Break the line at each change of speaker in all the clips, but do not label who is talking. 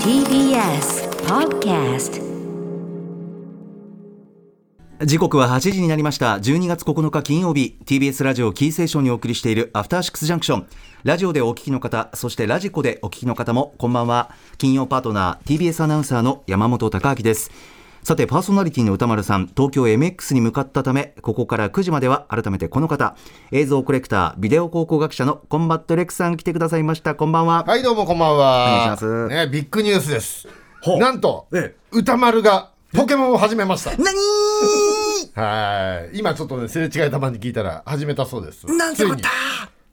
TBS Podcast
時刻は8時になりました12月9日金曜日 TBS ラジオキーセーションにお送りしているアフターシックスジャンクションラジオでお聞きの方そしてラジコでお聞きの方もこんばんは金曜パートナー TBS アナウンサーの山本貴明ですさてパーソナリティの歌丸さん東京 MX に向かったためここから9時までは改めてこの方映像コレクタービデオ考古学者のコンバットレックさん来てくださいましたこんばんは
はい、どうもこんばん
お願い
は。
します
ね、ビッグニュースです。
ほう
なんと、
ええ
歌丸がポケモンを始めました。
何
はい。今ちょっとね、すれ違いたまに聞いたら始めたそうです。
なんてこった
ついに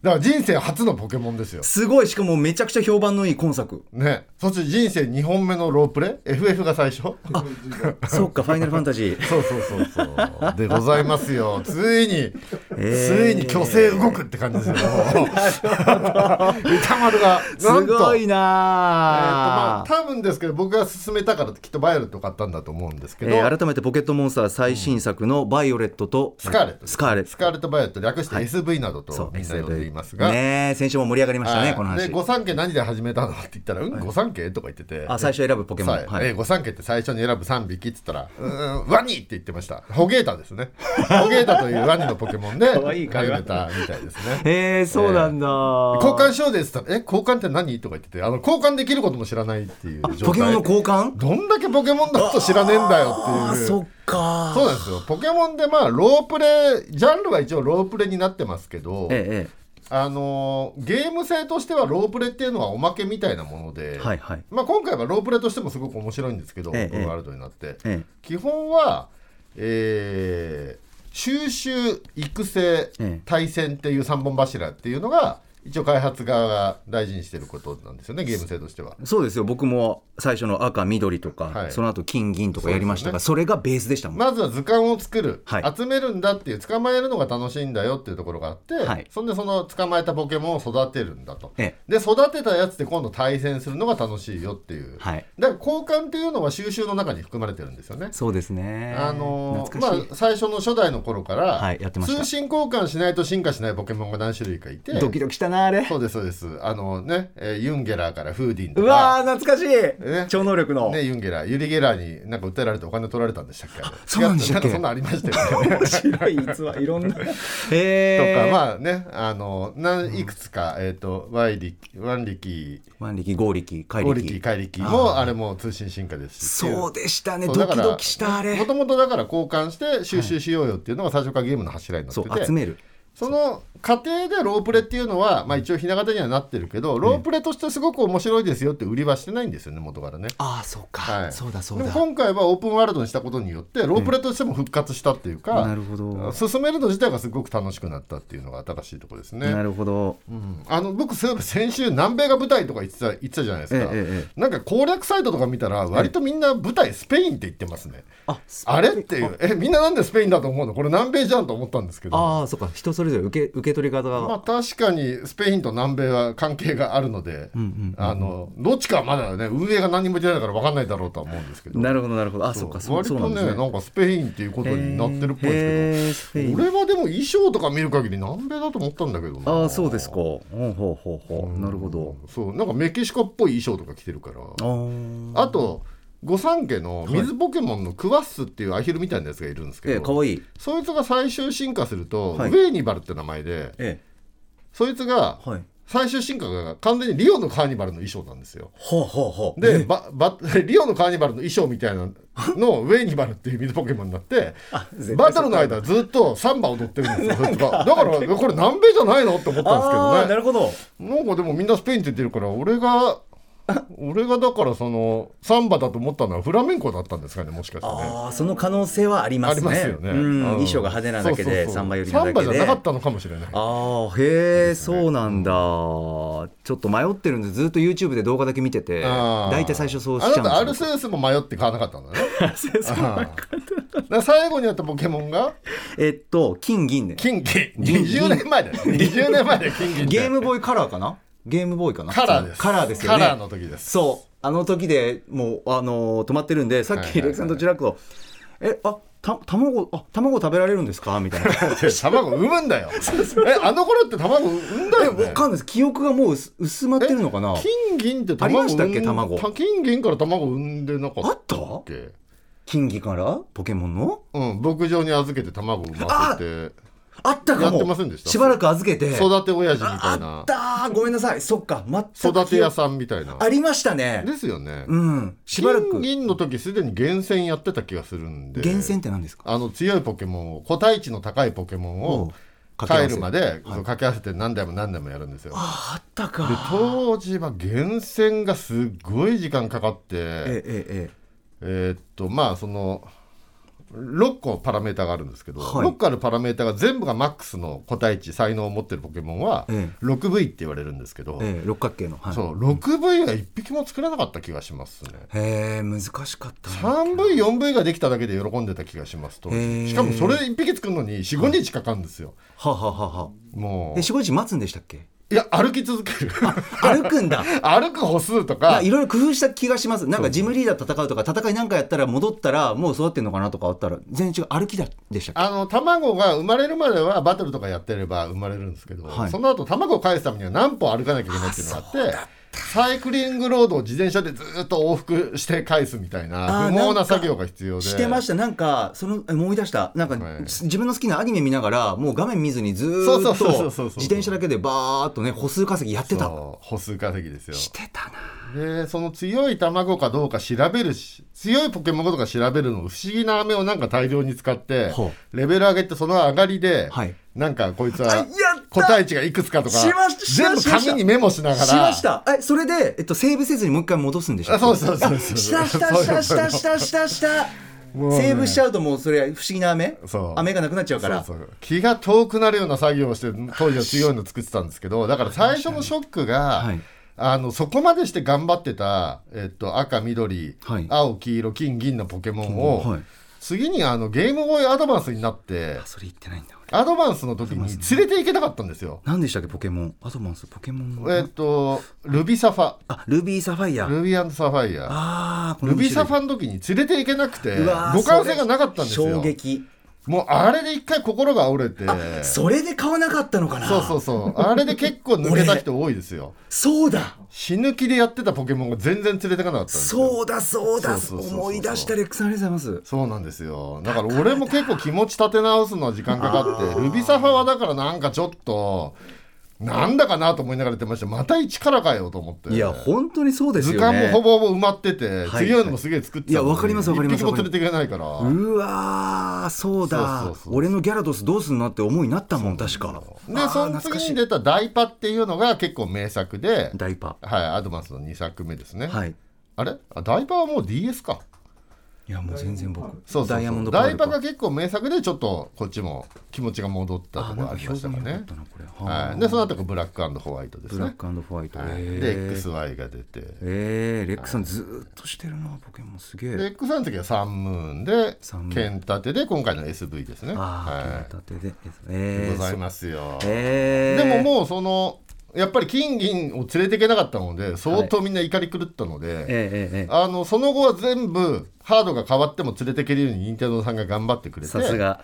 だから人生初のポケモンですよ。
すごいしかもめちゃくちゃ評判のいい今作
ね。そして人生2本目のロープレ ?FF が最初
そうかファイナルファンタジー
そうそうそうそう。でございますよ。ついに、
ええ
ついに虚勢動くって感じです よ。もう歌丸が、
す
なんと。
ごい
えーとま
なあ、
あ多分ですけど僕が勧めたからきっとバイオレットを買ったんだと思うんですけど、
えー改めてポケットモンスター最新作の「バイオレット」と「
スカーレット
スカーレット
スカーレット・バイオット略して SV など
そう
とみんな呼んでいますが、
ねえ先週も盛り上がりました
は
ね、
い
この話
で御三家何で始めたのって言ったら「うん御三家?」とか言ってて
あ最初選ぶポケモン
はい
はい
えー御三家って最初に選ぶ3匹って言ったら「うーんワニ!」って言ってましたホゲータです ねホゲータというワニのポケモンで
か
始
わい
め
い会話
たみたいですね
えー、そうなんだ、
交換しようですって言ったら「え交換って何?」とか言っててあの交換できることも知らないっていう状態
ポケモンの交換
どんだけポケモンだと知らねえんだよっていう
そっか
そうなんですよポケモンでまあロープレジャンルは一応ロープレになってますけど、
ええ
あのーゲーム性としてはロープレっていうのはおまけみたいなもので、
ええはいはい
まあ、今回はロープレとしてもすごく面白いんですけど、
ええ
オープンワールドになって、
ええ
基本は、えー収集育成
ええ
対戦っていう3本柱っていうのが一応開発側が大事にしてることなんですよねゲーム性としては。
そうですよ僕も最初の赤緑とか、
はい
その後金銀とかやりましたがそ,、れがベースでしたもん、
まずは図鑑を作る、
はい
集めるんだっていう捕まえるのが楽しいんだよっていうところがあって、
はい
そんでその捕まえたポケモンを育てるんだと、
え
で育てたやつで今度対戦するのが楽しいよっていう、
はい
だから交換っていうのは収集の中に含まれてるんですよね。
そうですね
あのー
懐かしい、
まあ、最初の初代の頃から、
はいやってました
通信交換しないと進化しないポケモンが何種類かいて
ドキドキしたなあれ
そうですそうですあのね、えーユンゲラーからフーディンと
う
か
わー懐かしい、
ね
超能力の、
ね、ユンゲラー、ユリゲラーになんか訴えられてお金取られたんでしたっけあれ
そうなんでしたっけ
違なんかそんなんありましたよね。
面白い逸話いろん な
とか、
えー、
まあね、あの、なんいくつか、えっ、と、ワイリ、ワンリキ、
万力合力怪
オ
力
リキ、カイリキも、あれも通信進化ですし。
そうでしたねドキドキしたあれ
もともとだから交換して収集しようよっていうのが最初からゲームの柱になって
そ
て、
う集める
その過程でロープレっていうのは、まあ、一応ひな形にはなってるけどロープレとしてすごく面白いですよって売りはしてないんですよね元からね。
ああそうか、
はい、
そうだそう
で
だ
も今回はオープンワールドにしたことによってロープレとしても復活したっていうか、
なるほど
進めるの自体がすごく楽しくなったっていうのが新しいところですね。
なるほど
うんあの僕そういえば先週南米が舞台とか言ってた言ってたじゃないですか、
えええ
なんか攻略サイトとか見たら割とみんな舞台スペインって言ってますね、
あ
あれっていうえみんななんでスペインだと思うのこれ南米じゃんと思ったんですけど
ああそうか人それぞれ受け受け取り方が、
まあ確かにスペインと南米は関係があるので、あのどっちかはまだね運営が何も出ないから分かんないだろうとは思うんですけど
なるほどなるほどあそうかそう
割
そうな
と
ん
ね
で
な
すね
んかスペインっていうことになってるっぽい
へ
です
ース
け
ペイ
ど、
ン
俺はでも衣装とか見る限り南米だと思ったんだけどな
ああそうですかほうほうほうほうなるほど
そうなんかメキシコっぽい衣装とか着てるか
あ
ら
ー
あと御三家の水ポケモンのクワッスっていうアヒルみたいなやつがいるんですけど、
ええかわいい
そいつが最終進化すると、
はい
ウェーニバルって名前で
え
そいつが
えはい
最終進化が完全にリオのカーニバルの衣装なんですよ
ほうほうほう
で、ばば リオのカーニバルの衣装みたいな のウェーニバルっていう水ポケモンになって
絶対
バトルの間ずっとサンバ踊ってるんですよ そいつがだからこれ南米じゃないのって思ったんですけどね
ああなるほど
なんかでもみんなスペインって言ってるから 俺が俺がだからそのサンバだと思ったのはフラメンコだったんですかねもしかしてね。
ああその可能性はありま
あ
す
り
ね
ますよね。
うん
うん
衣装が派手なだけ
そうそう
で
そう
サンバ寄りなだけで
サンバじゃなかったのかもしれない。
ああへえそうなんだ、ちょっと迷ってるんでずっと YouTube で動画だけ見てて
あー
大体最初そうし
あ
ちゃ
な
うんです
たアルセウスも迷って買わなかった のね。ああだから最後にやったポケモンが
えっと金銀ね
金銀。20年前だよ。20年前だよ、金銀。
ゲームボーイカラーかなゲームボーイかな
カラーです。
カラーですよね
カラーの時です。
そうあの時でもうあのー止まってるんでさっ
はいはい
き
はい
レクさんとジラックを「えあた卵あ卵食べられるんですかみたいな
で卵産むんだよ。え、あの頃って卵産んだ
え
よ
わ
ね。
かんないです記憶がもう薄薄まってるのかな
金銀って
あり
卵
まし
産
たっ
ん
け卵
た金銀から卵産んでなかった
あった
っけ
金魚からポケモンの
うん、牧場に預けて卵産ませて、
あったかも
やってませんでした
しばらく預けて
育て親父みたい
あ
な
っ、たーごめんなさいそっか全く
育て屋さんみたいな。
ありましたね
ですよね。
うんしばらく
金銀の時すでに厳選やってた気がするんで。
厳選って何ですか
あの強いポケモンを個体値の高いポケモン
おう
を
掛け合わ
帰
せ
るまでそう掛け合わせて何台も何台もやるんですよ。で
ああったか
当時は厳選がすっごい時間かかっ
ええ
て
ええ
えーっとまあその6個パラメーターがあるんですけど、
はい
6個あるパラメーターが全部がマックスの個体値才能を持ってるポケモンは
え
6V って言われるんですけど、
えええ六角形のはい
そう 6V は1匹も作らなかった気がしますね。
へえ難しかったな
3V、4V ができただけで喜んでた気がしますと
へー
しかもそれ1匹作るのに4、5日かかるんですよ。
はあはあはあは
も
あ
う
で四五時待つんでしたっけ
いや歩き続ける
歩くん だ
歩く歩数と
まあ
か
いろいろ工夫した気がしますなんかジムリーダー戦うとか戦いなんかやったら戻ったらもう育ってんのかなとかあったら全然違う歩きだでしたっけ
あの卵が生まれるまではバトルとかやってれば生まれるんですけど、
はい
その後卵を返すためには何歩歩かなきゃいけないっていうのがあってサイクリングロードを自転車でずっと往復して返すみたいな
あー
不毛
な
なん
か
作業が必要で
してましたなんかそのえ思い出したなんか、
はい
自分の好きなアニメ見ながらもう画面見ずにず
そう
ー
そ
っ
うそうそう
と
そうそう
自転車だけでバーっとね歩数稼ぎやってた
そう歩数稼ぎですよ
してたな
でその強い卵かどうか調べるし強いポケモンとか調べるのを不思議な飴をなんか大量に使って
ほ
レベル上げてその上がりで、
はい
なんかこいつ
あや
は
った
個体値がいくつかとか
しましたし
全
ま
部
した
紙にメモしながら
しましたえそれで、えっと、セーブせずにもう一回戻すんでしょ
あそうそうそうそう
したしたしたしたしたしたした
うね
セーブしちゃうともうそれ不思議な飴
そう
飴がなくなっちゃうから
そうそう気が遠くなるような作業をして当時は強いの作ってたんですけどだから最初のショックが、
はい
あのそこまでして頑張ってた、えっと、赤緑、
はい
青黄色金銀のポケモンを、
金銀はい
次にあのゲームボーイアドバンスになって
あそれ言ってないんだ俺
アドバンスの時に連れていけなかったんですよ。
何でしたっけポケモンアドバンスポケモンの
えっとルビサファ
あルビーサファイア
ルビーサファイア
ああ
ルビサファの時に連れていけなくて
うわー
互換性がなかったんですよ
衝撃
もうあれで一回心が折れて
それで買わなかったのかな
そうそうそうあれで結構抜けた人多いで すよ
そうだ
死ぬ気でやってたポケモンが全然連れてかなかったんですよ
そうだそうだ
そうそうそうそう
思い出したレックさんありがとうございます
そうなんですよだから俺も結構気持ち立て直すのは時間かかってルビサファはだからなんかちょっとなんだかなと思いながらやってましたまた一からかよと思って
いや本当にそうですよ
図
ね
鑑もほぼほぼ埋まってて、
はい
強いのもすげえ作ってたのに
いやわかりますわかります
一匹も連れていけないから、
うわーそうだ
そうそうそう
俺のギャラドスどうすんなって思いになったもん確か
で
あー
その
懐か
次
しい
に出た「ダイパ」っていうのが結構名作で、
ダイパ
はい、アドバンスの2作目ですね、
ーはい
あれあダイパはもう DS か
いやもう全然僕
そうそうそう
ダイヤモンドパー
ダ
ル
イ
か
パが結構名作でちょっとこっちも気持ちが戻ったところありましたか
あーな
ね
んか評判良かったなこれはあ
はい、でその後がブラックホワイトです
ブラッ
ね
クホワイト
はい
へー
で XY が出て
えーレックさんずーっとしてるなポケモンすげえ
で XY の時はサンムーンで
サンムーン
剣立てで今回の SV ですね
ああ
は
取り立てで
い
えー
ございますよ、
えー
でももうそのやっぱり金銀を連れていけなかったので相当みんな怒り狂ったので、
ええええ
あのその後は全部ハードが変わっても連れていけるように任天堂さんが頑張ってくれて
さすが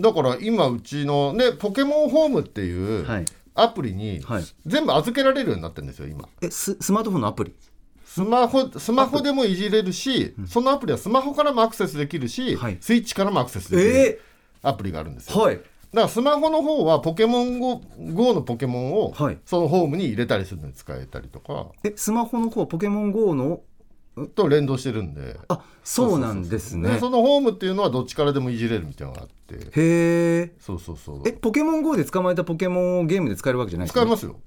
だから今うちのねポケモンホームっていう
はい
アプリに
はい
全部預けられるようになってるんですよ今
えススマートフォンのアプリ
スマホスマホでもいじれるしそのアプリはスマホからもアクセスできるし、
はい
スイッチからもアクセスできるアプリがあるんですよ、
はい
だからスマホの方はポケモン GO, GO のポケモンを
はい
そのホームに入れたりするのに使えたりとか
えスマホの方はポケモン GO の
と連動してるんで
あそうなんですね
でそのホームっていうのはどっちからでもいじれるみたいなのがあって
へえ
そうそうそう
えポケモン GO で捕まえたポケモンをゲームで使えるわけじゃないです
使
か
えますよ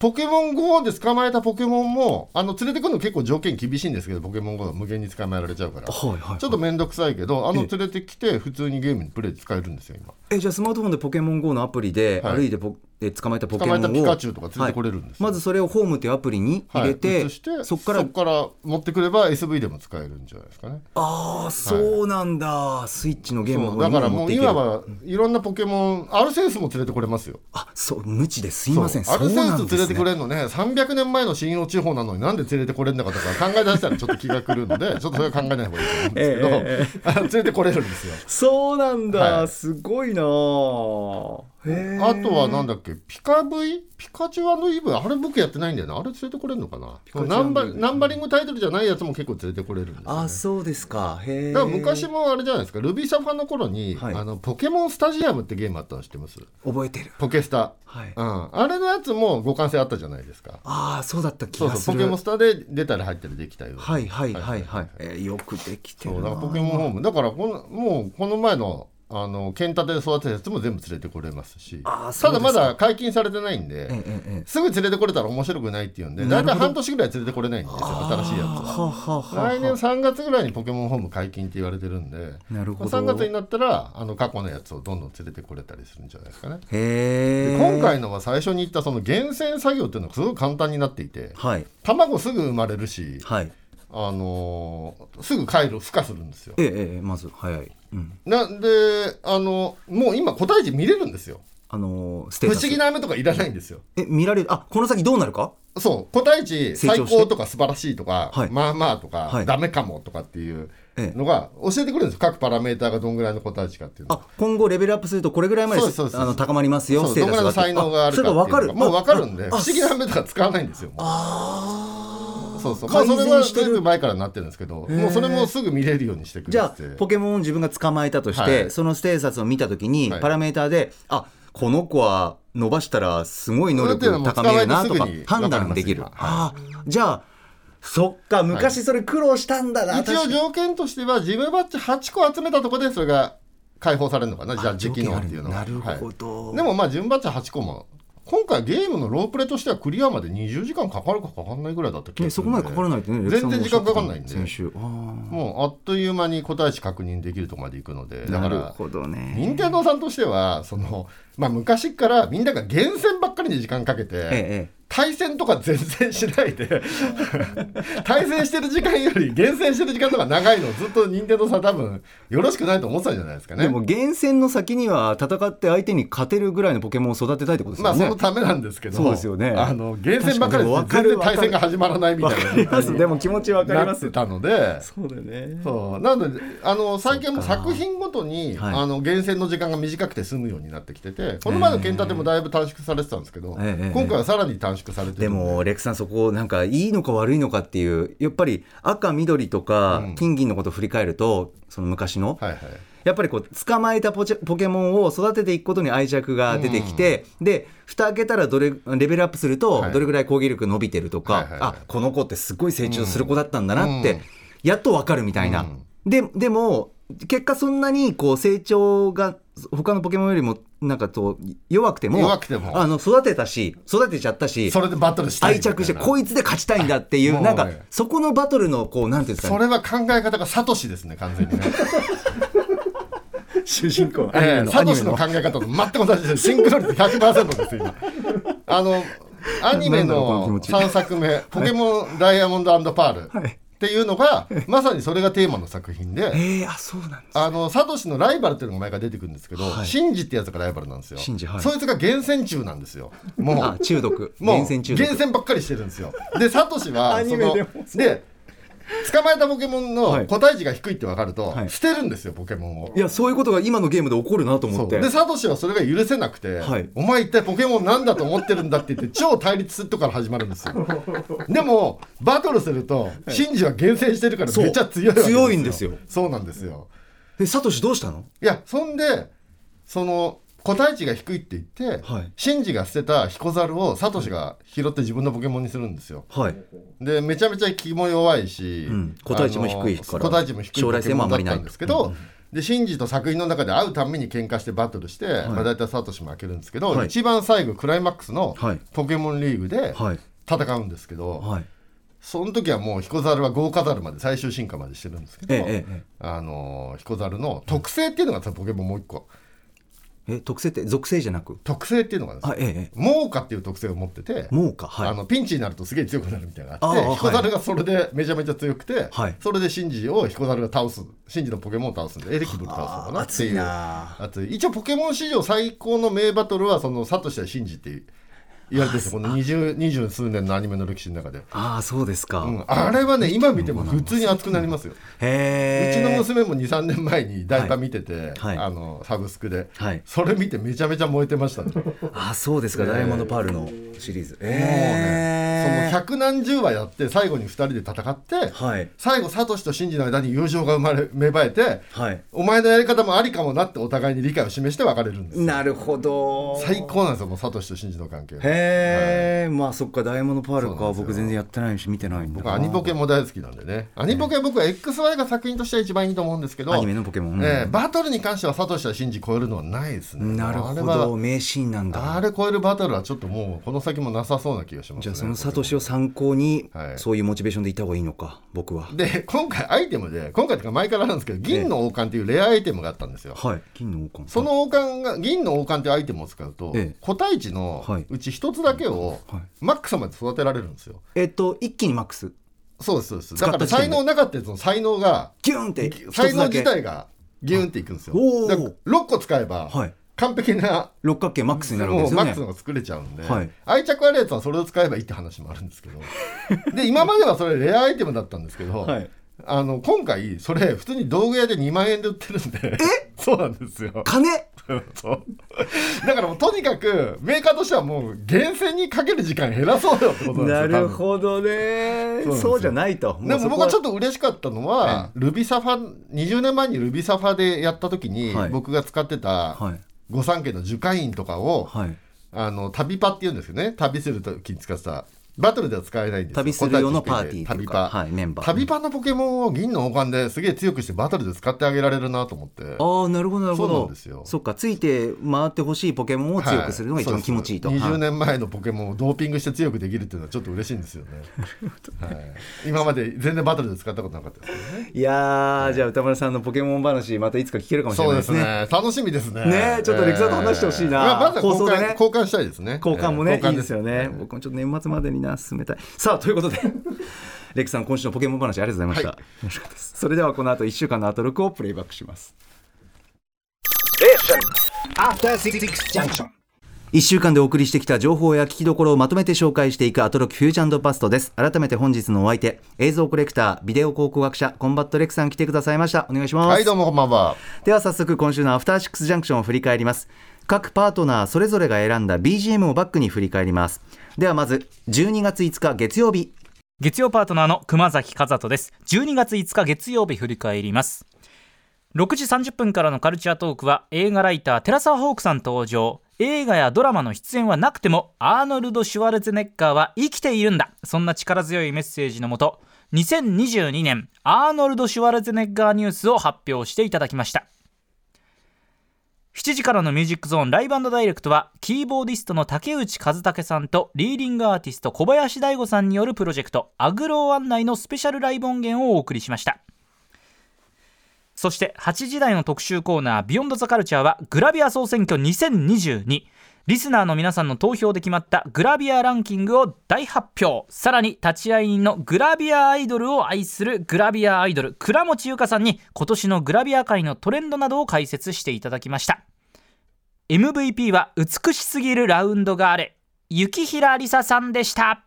ポケモン GO で捕まえたポケモンもあの連れてくるの結構条件厳しいんですけどポケモン GO は無限に捕まえられちゃうから、
はいはいはい
ちょっと面倒くさいけどあの連れてきて普通にゲームにプレイ使えるんですよ今
えじゃあスマートフォンでポケモン GO のアプリで
はい
歩いてポえ捕まえたポケ
捕
モ
ま
ン
え
を
たピカチュウとか連れてこれるんですよ
はいまずそれをホームというアプリに入れて,、
はい移して
そこから
そ持ってくれば SV でも使えるんじゃないですかね
ああそうなんだ、スイッチのゲームの
そう
方
だ
に
から
持
も
っ
う
ていける
今はいろんなポケモンアルセウスも連れてこれますよ
あそう無知ですいません
そうアルセ
そうな
ウ
ん
ス
で
連れ
す
て
ね
これるのね300年前の信用地方なのになんで連れてこれんのかとか考え出したらちょっと気が狂うん でちょっとそれは考えない方がいいと思うんですけど、あの連れてこれるんですよ
そうなんだ、
はい
すごいなあへえ
あとはなんだっけピカ V? ピカチュウイブあれ僕やってないんだよなあれ連れてこれるのかな
カチュウ
ナンバ
V
ナンバリングタイトルじゃないやつも結構連れてこれるんですよ、
あ
ね、
そうですかへえ
だから昔もあれじゃないですかルビーサファの頃に、
はい
あのポケモンスタジアムってゲームあったの知ってます
覚えてる
ポケスタ、
はい
うん、あれのやつも互換性あったじゃないですか
ああそうだった気
そう
が
そ
す
う
る
ポケモンスタで出たり入ったりできたような
はいはいはいはい、えーよくできて
そ
る
うだ
な
からポケモンホームだからこのもうこの前のあの剣立てで育てたやつも全部連れてこれますし
あーそ
た
うで
だ
すか
まだ解禁されてないんで、
ええええええ
すぐ連れてこれたら面白くないっていうんで
な
大
るほど
体半年ぐらい連れてこれないんですよ新しいや
あー
つは
はあはあはあ
来年3月ぐらいにポケモンホーム解禁って言われてるんで
なるほど
3月になったらあの過去のやつをどんどん連れてこれたりするんじゃないですかね、
へ
で
え
今回のは最初に言ったその厳選作業っていうのがすごく簡単になっていて
はい
卵すぐ生まれるし、
はい
あのーすぐ回路孵化するんですよ
ええええええまず早い、うん、
なんであのもう今答え字見れるんですよ
あのース
不
テータ
思
ス
議な目とかいらないんですよ
え見られるあこの先どうなるか
そう答え値
成長
最
して
高とか素晴らしいとか、
はい
まあまあとか、
はい
ダメかもとかっていう
ええ
のが教えてくれるんですよ各パラメーターがどんぐらいの答え値かっていうの
あ
が
今後レベルアップするとこれぐらいまで
そうですそうです
あの高まりますよ
そうどんぐらいの才能がある
そ
かっていう
れが分か
の
る
がもう分かるんで
あ
不思議な目とか使わないんですよもうそうそうまあ
改
そ
善
れは
してる
ずいぶん前からなってるんですけど
へえ
もうそれもすぐ見れるようにしてくれ
じゃあ
て
ポケモンを自分が捕まえたとして、
はい
そのステータスを見たときに、
はい
パラメーターであこの子は伸ばしたらすごい能
それっていうの
力
は
高
もう
めるなと
使わ
か
れてすぐに
判断できる、
わかり
ああじゃあそっか昔それ苦労したんだな、
一応
確かに
条件としてはジムバッジ8個集めたとこでそれが解放されるのかなじゃあ時期のっていうのは
あ条件あるなるほど
はいでもまあジムバッジ8個も今回ゲームのロープレとしてはクリアまで20時間かかるかかかんないぐらいだった気が
ね
す
そ
る
こ
ん
までかからないとね
全然時間かかんないんで
先週ああ
もうあっという間に答えし確認できるとこまでいくのでだ
な
か
る
ら
ほどね
任天堂さんとしてはその、まあ、昔からみんなが厳選ばっかりに時間かけて、
ええ
対戦とか全然しないで対戦してる時間より厳選してる時間とか長いのずっと任天堂さん多分よろしくないと思ってたんじゃないですかね
でも厳選の先には戦って相手に勝てるぐらいのポケモンを育てたいってことです
ま
よ
あ
ね。
そのためなんですけど
そうですよね
あの厳選ばっかり
確かにで
で全然
もわかる
対戦が始まらないみたいな
わかりますでも気持ちわかり
な
ま
っ
す
て。たので
そうだね。
そうなのであの最近はもう作品ごとに、
はい
あの厳選の時間が短くて済むようになってきててこの前の剣立てもだいぶ短縮されてたんですけど、
ええええ
今回はさらに短縮されて
で
るん
もレクさんそこなんかいいのか悪いのかっていうやっぱり赤緑とか金銀のことを振り返ると、その昔の、
はいはい
やっぱりこう捕まえたポチポケモンを育てていくことに愛着が出てきて、で蓋開けたらどれレベルアップすると
はい
どれぐらい攻撃力伸びてるとか、
はいはいはい
あこの子ってすごい成長する子だったんだなって、
うん
やっとわかるみたいな。
うん
ででも結果そんなにこう成長が他のポケモンよりもなんかと弱くても
弱くても
あの育てたし育てちゃったし
それでバトルしたい
愛
みたいな
着してこいつで勝ちたいんだっていう
もう
なんか
ね
そこのバトルのこうなんていうんです
そ
かね
れは考え方がサトシですね完全 にね、
主人公アニメ
ええ
の
サ
アニ
ト
メ
シ
の
の考え方と全く同じですシンクロ率100%ですよ今あのアニメ
なんだろうこの気
の
持ち
3作目「ポケモンダイヤモンドパール」
はい
っていうのがまさにそれがテーマの作品で
えー、あそうなんだ
あのサトシのライバルっていうのが毎回出てくるんですけど、
はい
シンジってやつがライバルなんですよ
シンジはい
そいつが厳選中なんですよもう
あ中毒
もう
厳選中毒
厳選ばっかりしてるんですよでサトシ は
アニメでも
そので捕まえたポケモン
はい
の個体値が低いって分かると、
はい
捨てるんですよポケモンを
いやそういうことが今のゲームで起こるなと思
そ
っ
う
て
でサトシはそれが許せなくて、
はい
お前一体ポケモンなんだと思ってるんだ って言って超対立するとこから始まるんですよでもバトルすると、シンジは厳選してるから
そう
めっちゃ強いわけ
強いんですよ
そうなんですよ
でサトシどうしたの
いやそんでその個体値が低いって言って、
はい
シンジが捨てたヒコザルをサトシが拾って自分のポケモンにするんですよ
はい
でめちゃめちゃ気も弱いし、
ん個体値も低いから
あの個体値も低い
将来性もあんまりない
ポケモンだったんですけど、でシンジと作品の中で会うために喧嘩してバトルして、まあ、大体サトシも負けるんですけど、
はい
一番最後クライマックスの
はい
ポケモンリーグで
はい
戦うんですけど、
はい
その時はもうヒコザルは豪華ザルまで最終進化までしてるんですけど、
ええええ
あのヒコザルの特性っていうのがさポケモンもう一個
え特性って属性じゃなく
特性っていうのがです
あ
ね
えええ
猛火っていう特性を持ってて
えもうかはい
あのピンチになるとすげえ強くなるみたいなのがあっ
ああ
て
はい
彦猿がそれでめちゃめちゃ強くて、
はい
それでシンジを彦猿が倒すシンジのポケモンを倒すんでエレキブル倒すのかなっていう
あ
熱い一応ポケモン史上最高の名バトルはそのサトシはシンジっていう言われてるんですよこの二十二十数年のアニメの歴史の中で、
あーそうですか、
うんあれはね今見ても普通に熱くなりますようちの
へえ
娘も23年前にダイパ見てて、
はい
あのサブスクで、
はい
それ見てめちゃめちゃ燃えてましたね、
あそうですか、ダイヤモンドパールのシリーズ
もうね
え
その百何十話やって最後に2人で戦って、
はい
最後サトシとシンジの間に友情が生まれ芽生えて、
はい
お前のやり方もありかもなってお互いに理解を示して別れるんですよ
なるほど
最高なんですよもうサトシとシンジの関係
へえ、まあそっかダイヤモンドパール
そうな
か
んですよ
僕全然やってないし見てないんだ
僕アニポケも大好きなんでねアニポケは僕は XY が作品としては一番いいと思うんですけど
アニメのポケモン、うん
ええバトルに関してはサトシはシンジ超えるのはないですね
なる
あ
ほ
れ
ど
は
名シーンなんだ
あれ超えるバトルはちょっともうこの先もなさそうな気がしますね
じゃあそのサトシを参考に、
はい
そういうモチベーションでいた方がいいのか僕は
で今回アイテムで今回というか前からあるんですけど銀の王冠っていうレアアイテムがあったんですよ、
はい金の王冠
その王冠が銀の王冠っていうアイテムを使うと、
ええ
個体値の
はいう
ち一つだけを
はい
マックスまで育てられるんですよ
えっと一気にマックス
そうですそうです
使っ
だ
た
から
時点で
才能なかったやつの才能が
ギュンって一つだけ
才能自体がギューンっていくんですよ。
おー
だから6個使えば
はい
完璧な、
六角形マックスになるわけ
も
で
う
すよ
マック
ね
スのが作れちゃうんで、
はい
愛着あるやつはそれを使えばいいって話もあるんで すけどで今まではそれレアアイテムだったんですけど、
はい
あの今回それ普通に道具屋で2万円で売ってるんでえ そうなんですよ
金
そうだからもうとにかくメーカーとしてはもう厳選にかける時間減らそうよってことなんですよ
なる
多分
ほどね
そうなん
そう
ですよ
じゃないと
でも僕はちょっ
っ
と嬉しかったのは、ルビサファ20年前にルビサファでやった時に、
はい
僕が使ってた
はい
御三家の樹海院とかを、
はい
あの旅パっていうんですよね旅する時に使ってたバトルでは使えないんですよ
旅する用のパーティー
旅
とか
パ、
はいメンバー
旅パのポケモンを銀の王冠ですげえ強くしてバトルで使ってあげられるなと思って
ああなるほどなるほど
そうなんですよ
そっかついて回ってほしいポケモンを強くするのが一
は
番
い
気持ちいいと、
そうで
は
す20
い
年前のポケモンをドーピングして強くできるっていうのはちょっと嬉しいん ですよね、はい、今まで全然バトルで使ったことなかったですけどね
いやー、じゃあ歌丸さんのポケモン話またいつか聞けるかもしれ
そ
ない
うで
です
す
ね
ね。楽しみですね。
ねえちょっとレクサーと話してほしいな
えーまあまずは
放送
交換
でね
交換したいですね。
交換もね、
えー交換
いいですよね、僕もちょっと年末までにな進めたいさあということで レクさん今週のポケモン話ありがとうございました、
はい
楽しかったですそれではこの後1週間のアトロクをプレイバックします
After Six Junction.
1週間でお送りしてきた情報や聞きどころをまとめて紹介していくアトロックフューチャーパストです改めて本日のお相手映像コレクタービデオ考古学者コンバットレクさん来てくださいましたお願いします、
はい、どうもこんばんは。
では早速今週のアフターシックスジャンクションを振り返ります各パートナーそれぞれが選んだ BGM をバックに振り返りますではまず12月5日月曜日
月曜パートナーの熊崎和人です12月5日月曜日振り返ります6時30分からのカルチャートークは映画ライター寺澤ホークさん登場映画やドラマの出演はなくてもアーノルド・シュワルツェネッガーは生きているんだそんな力強いメッセージのもと2022年アーノルド・シュワルツェネッガーニュースを発表していただきました7時からのミュージックゾーンライブダイレクトはキーボーディストの竹内和武さんとリーディングアーティスト小林大吾さんによるプロジェクトアグロー案内のスペシャルライブ音源をお送りしましたそして8時台の特集コーナー「ビヨンドザカルチャーはグラビア総選挙2022リスナーの皆さんの投票で決まったグラビアランキングを大発表さらに立ち会い人のグラビアアイドルを愛するグラビアアイドル倉持優香さんに今年のグラビア界のトレンドなどを解説していただきました MVP は美しすぎるラウンドがあれ雪平りささんでした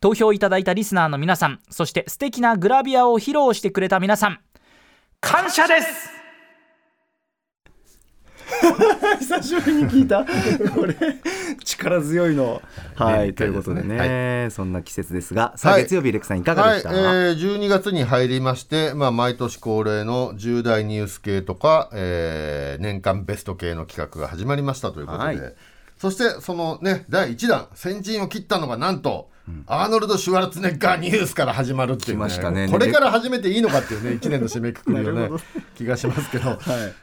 投票いただいたリスナーの皆さんそして素敵なグラビアを披露してくれた皆さん感謝です
久しぶりに聞い たこれ力強いのはい、ということでね、そんな季節ですがさあ
はい
月曜日レクさんいかが
は
で
い、え
した、
ー、12月に入りまして、まあ、毎年恒例の重大ニュース系とか、えー年間ベスト系の企画が始まりましたということで、
はい
そしてそのね、第1弾、先陣を切ったのがなんと、アーノルド・シュワルツェネッガーニュースから始まるっていう、
来ましたね
これから始めていいのかっていうね、1年の締めくくりをね、気がしますけど、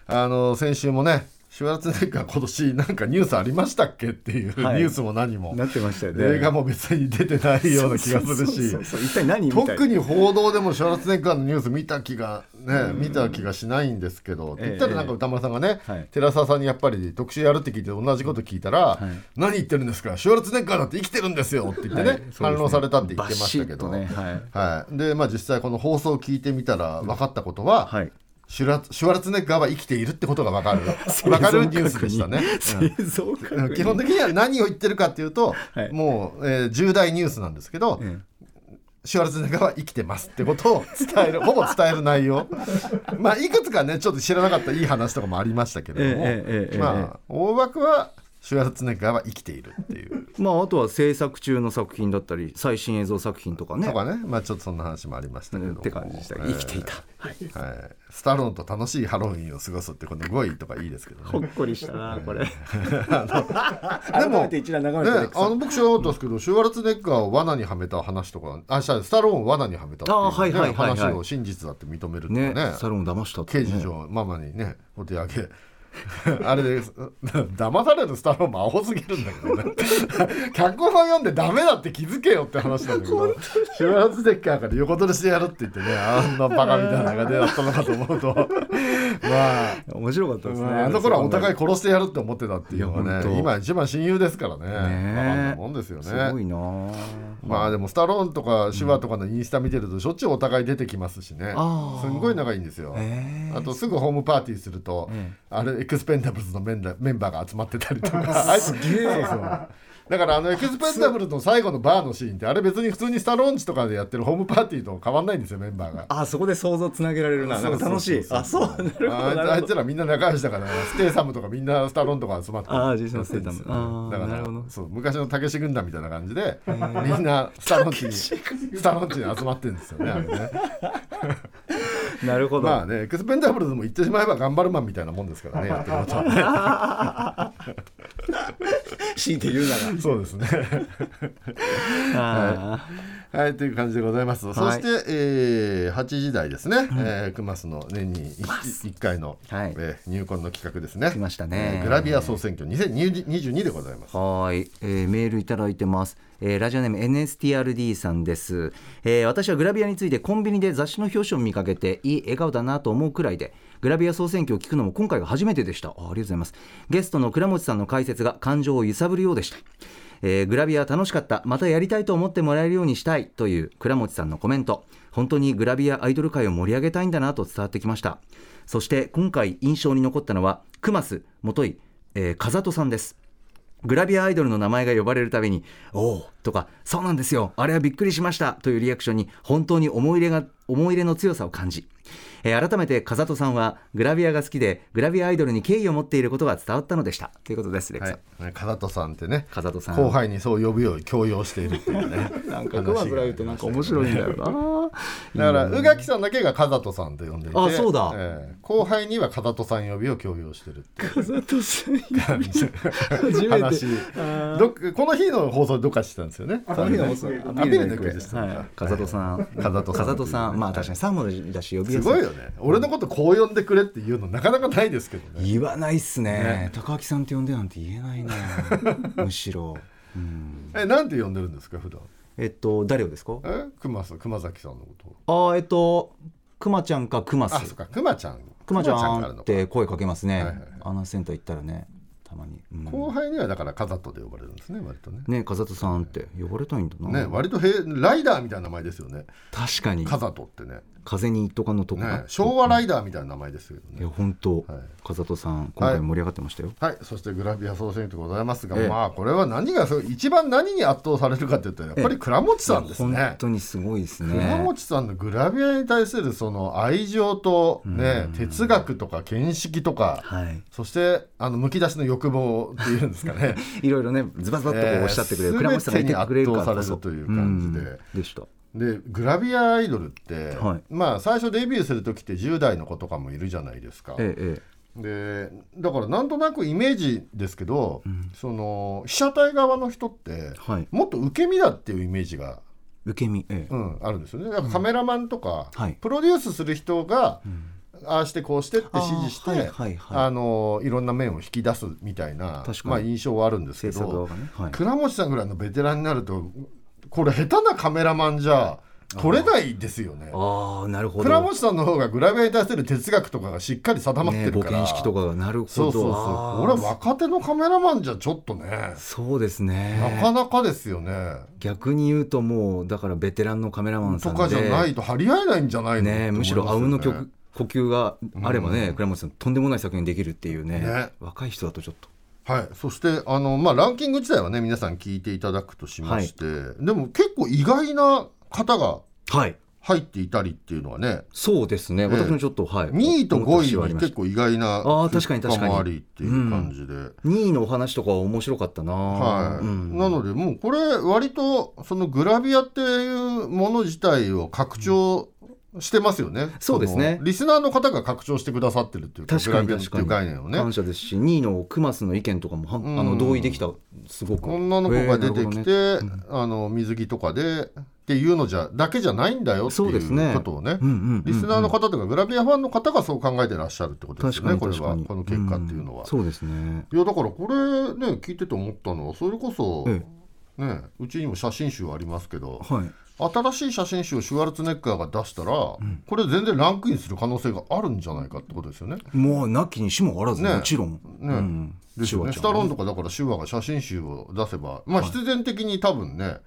あの先週もね、シュワルツェネッガー今年なんかニュースありましたっけっていうニ
はい
ュースも何も、
なってましたよね
映画も別に出てないような気がする
そうそうそう
し
そう一体何みたいな
特に報道でもシュワルツェネッガーのニュース見た気がね見た気がしないんですけど、って言ったらなんか歌丸さんがね、
ええはい
寺澤さんにやっぱり特集やるって聞いて同じこと聞いたら、何言ってるんですかシュワルツェネッガーだって生きてるんですよって言ってね,、反論されたって言ってましたけど、
バシッとねはい
はい、でまあ実際この放送を聞いてみたら分かったことは、
はい
シュラシュワルツェネッガーは生きているってことが分 かる分かるニュースでしたね。 うん
製造確
うん
認
基本的には何を言ってるかっていうと、
はい
もう、えー重大ニュースなんですけど、シュワルツェネッガーは生きてますってことを伝えるほぼ伝える内 容まあいくつかねちょっと知らなかったいい話とかもありましたけれども、
ええええええ
まあ大枠はシュワルツェネッガーは生きているっていう
まあ、あとは制作中の作品だったり最新映像作品とかね
とかねまあちょっとそんな話もありましたけど
う
も、
んって感じでした
え
生
ー
きていた
はい、スタローンと楽しいハロウィンを過ごすってこの5位とかいいですけどね
ほっこりしたなこれ
で
改
も
めて一覧眺めて
ね
ね、草
あの僕知らなかったですけど、シュワルツェネッガーを罠にはめた話とか、あ、したスタローンを罠にはめたっていうね、
あーはいはいはいはい
話を真実だって認めるとかね
ねサロン騙したって
刑事上、ママにね、お手上げ。 あれです 騙されるスタローンもアホすぎるんだけどね 脚本を読んでダメだって気づけよって話なんだけどシュワルツェネッガーから横取りしてやるって言ってねあんなバカみたいなのが出だったのかと思うと まあ
面白かったですね、
まあ、あの頃はお互い殺してやるって思ってたっていうの
いや
は
本
ね
当
今一番親友ですからね
え
まああんなもんですよ
すごい
ね
なあ
まあでもスタローンとか手話とかのインスタ見てるとしょっちゅうお互い出てきますしね、
あ
すんごい仲いいんですよ、
え
あとすぐホームパーティーすると、あれエクスペンダブルズのメンバーメンバーが集まってたりと かすげえだからあのエクスペンダブルズの最後のバーのシーンってあれ別に普通にスタローンチとかでやってるホームパーティーと変わんないんですよメンバーが
あそこで想像つなげられるななんか楽しいあそうなるほど
あ
な
あ
る
い
ほ
つ
ど
らみんな仲良しだからステイサムとかみんなスタローンとか集まって
あージェイソンステイサ
やって
ム
んですよ
あー
だ
なる
か
ほ
ら
ど
そう昔のたけし軍団みたいな感じでみんなスタローンチにスタローンチに集まってるんですよねあれね
なるほど、
まあねエクスペンダブルズも言ってしまえば頑張るマンみたいなもんですからねやってることは
強いて言うなら
そうですね
あ
はいという感じでございます、そして、えー8時台ですね、えークマスの年に 1, 回の、
はい
えー入婚の企画ですね
来ましたね
えーグラビア総選挙2022でございます
はーい、えーメールいただいてます、えーラジオネーム NSTRD さんです、えー私はグラビアについてコンビニで雑誌の表紙を見かけていい笑顔だなと思うくらいでグラビア総選挙を聞くのも今回が初めてでしたあありがとうございますゲストの倉持さんの解説が感情を揺さぶるようでしたえーグラビア楽しかったまたやりたいと思ってもらえるようにしたいという倉持さんのコメント本当にグラビアアイドル界を盛り上げたいんだなと伝わってきましたそして今回印象に残ったのは熊須元井、えー、風戸さんですグラビアアイドルの名前が呼ばれるたびに「おお」とか「そうなんですよあれはびっくりしました」というリアクションに本当に思い入れが思い入れの強さを感じ、えー改めて風戸さんはグラビアが好きでグラビアアイドルに敬意を持っていることが伝わったのでしたということですレック
は
さん、
い、風戸さんってね
風戸さん
後輩にそう呼ぶように強要しているっていうね
なんか熊面言うとなんか面白いんだよな
だから宇垣さんだけが風戸さんと呼んでいて
あそうだ
ええ後輩には風戸さん呼びを強要してるっていう
風とさん
感じ
めて
話どっかこの日の放送でどっかしてたんですよねこ
の日の放送
アピールの声でした、
はい、風戸さん
風戸さん
風戸さんまあ確かに3文字だし呼び
す
やす
ごいよね俺のことこう呼んでくれっていうのなかなかないですけどね
言わないっすね高木さんって呼んでなんて言えないなむし ろ
えなんて呼んでるんですか普段
えっと誰をですか
え熊さん熊崎さんのことを
あーえっとくまちゃんかくま
あそ
す
っか熊ちゃん
くまちゃ
から
ん
の
っ
か
て声かけますね、
はいはいはい
アナセンター行ったらねたまに、うん
後輩にはだから風戸で呼ばれるんですね割とね
ね風戸さんって呼ばれたいんだな、
ね、割とへライダーみたいな名前ですよね。
確かに
カザトってね
風に一斗かのとこ
ね
な、
昭和ライダーみたいな名前ですよ
い
ね
や。本当、
はい
風戸さん今回盛り上がってましたよ、
はい、そしてグラビア総選挙でございますが、
ええ
まあこれは何がそう一番何に圧倒されるかというとやっぱり倉持さんです
いや本
ね。
当にすごいですね
倉持さんのグラビアに対するその愛情と、ね、哲学とか見識とか、
はい
そしてあのむき出しの欲望っていうんですかね
いろいろねズバズバっとこうおっしゃってくれる、
えー
倉持さんがいてくれるからこそ
全てに圧倒されるという感じで
うんでした
でグラビアアイドルって、
はい
まあ最初デビューする時って10代の子とかもいるじゃないですか。
ええええ
でだからなんとなくイメージですけど、その被写体側の人って、
はい
もっと受け身だっていうイメージが、
受け身ええ
うん、あるんですよねだからカメラマンとか、
はい
プロデュースする人が、ああしてこうしてって指示して
あーはい
い
はいはい
のーいろんな面を引き出すみたいな
確かに
まあ、印象はあるんですけ
制作側
ど、
がねはい
倉持さんぐらいのベテランになるとこれ下手なカメラマンじゃ撮れないですよね。
ああなるほど
倉持さんの方がグラビアに対する哲学とかがしっかり定まって
ね
る
保
から、
険式とかがなるほど
そうそうそう
あー
これ若手のカメラマンじゃちょっとね、
そうです
なか
ね
なかですよね。
逆に言うともうだからベテランのカメラマンさ
と
んで
かじゃないと張り合えないんじゃないのって思い
ね、む
ます
し
よ
ろあうんの曲
ね
呼吸があればね、
うん
倉本さんとんでもない作品できるっていうね
ね
若い人だとちょっと
はい、そしてあの、まあ、ランキング自体はね皆さん聞いていただくとしまして、でも結構意外な方が
はい
入っていたりっていうのはね
そうですね、
え
私もちょっとはい
2位と
思った節
5
はあ
位
り
に
まし
結
た
構意外な
あー確かに確かに
もありっていう感じで。
2位のお話とかは面白かったな、
はい
うん
なのでもうこれ割とそのグラビアっていうもの自体を拡張してますよね、
そうですね
のリスナーの方が拡張してくださってるっていうか
確かに
グラビア
確
って
か
い
に
う概念をね
感謝ですし2位のクマスの意見とかもは
ん
あの同意できたすごく
女の子が出て
え
きて、
ーなるほどね
あの水着とかでっていうのじゃだけじゃないんだよって
そうです
い
ね
うことをね
うんうんうんうん
リスナーの方とかグラビアファンの方がそう考えてらっしゃるってことです
確
よ
か
ね
に確
これ
か
は
に
この結果っていうのは。
んそうですね
いやだからこれね聞いてて思ったのはそれこそ、
え
ね、うちにも写真集ありますけど、
はい
新しい写真集をシュワルツェネッガーが出したら、これ全然ランクインする可能性があるんじゃないかってことですよね。
もうなきにしもあらず、
ね
もちろん、う
ね
ん
ですよね、
シュワち
ス
ゃ
タ
んは
ローンとかだからシュワが写真集を出せば、まあ、必然的に多分ね、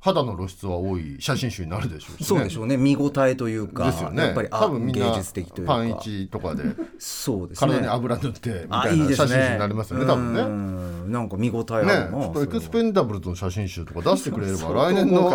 肌の露出は多い写真集になるでしょうし、ね、
そうでしょうね見応えというか
ですよね
やっぱり
多
あ
分みんな
芸術的というか
パンイチとかで
そうですね
体に油塗ってみ
あ
たい
い
ない
です
写
ね
真集になりますよね多分ね。
ねなんか見応えある
ね
な、
ちょっ
そ
と
れ
エクスペンダブルズの写真集とか出してくれれば来年の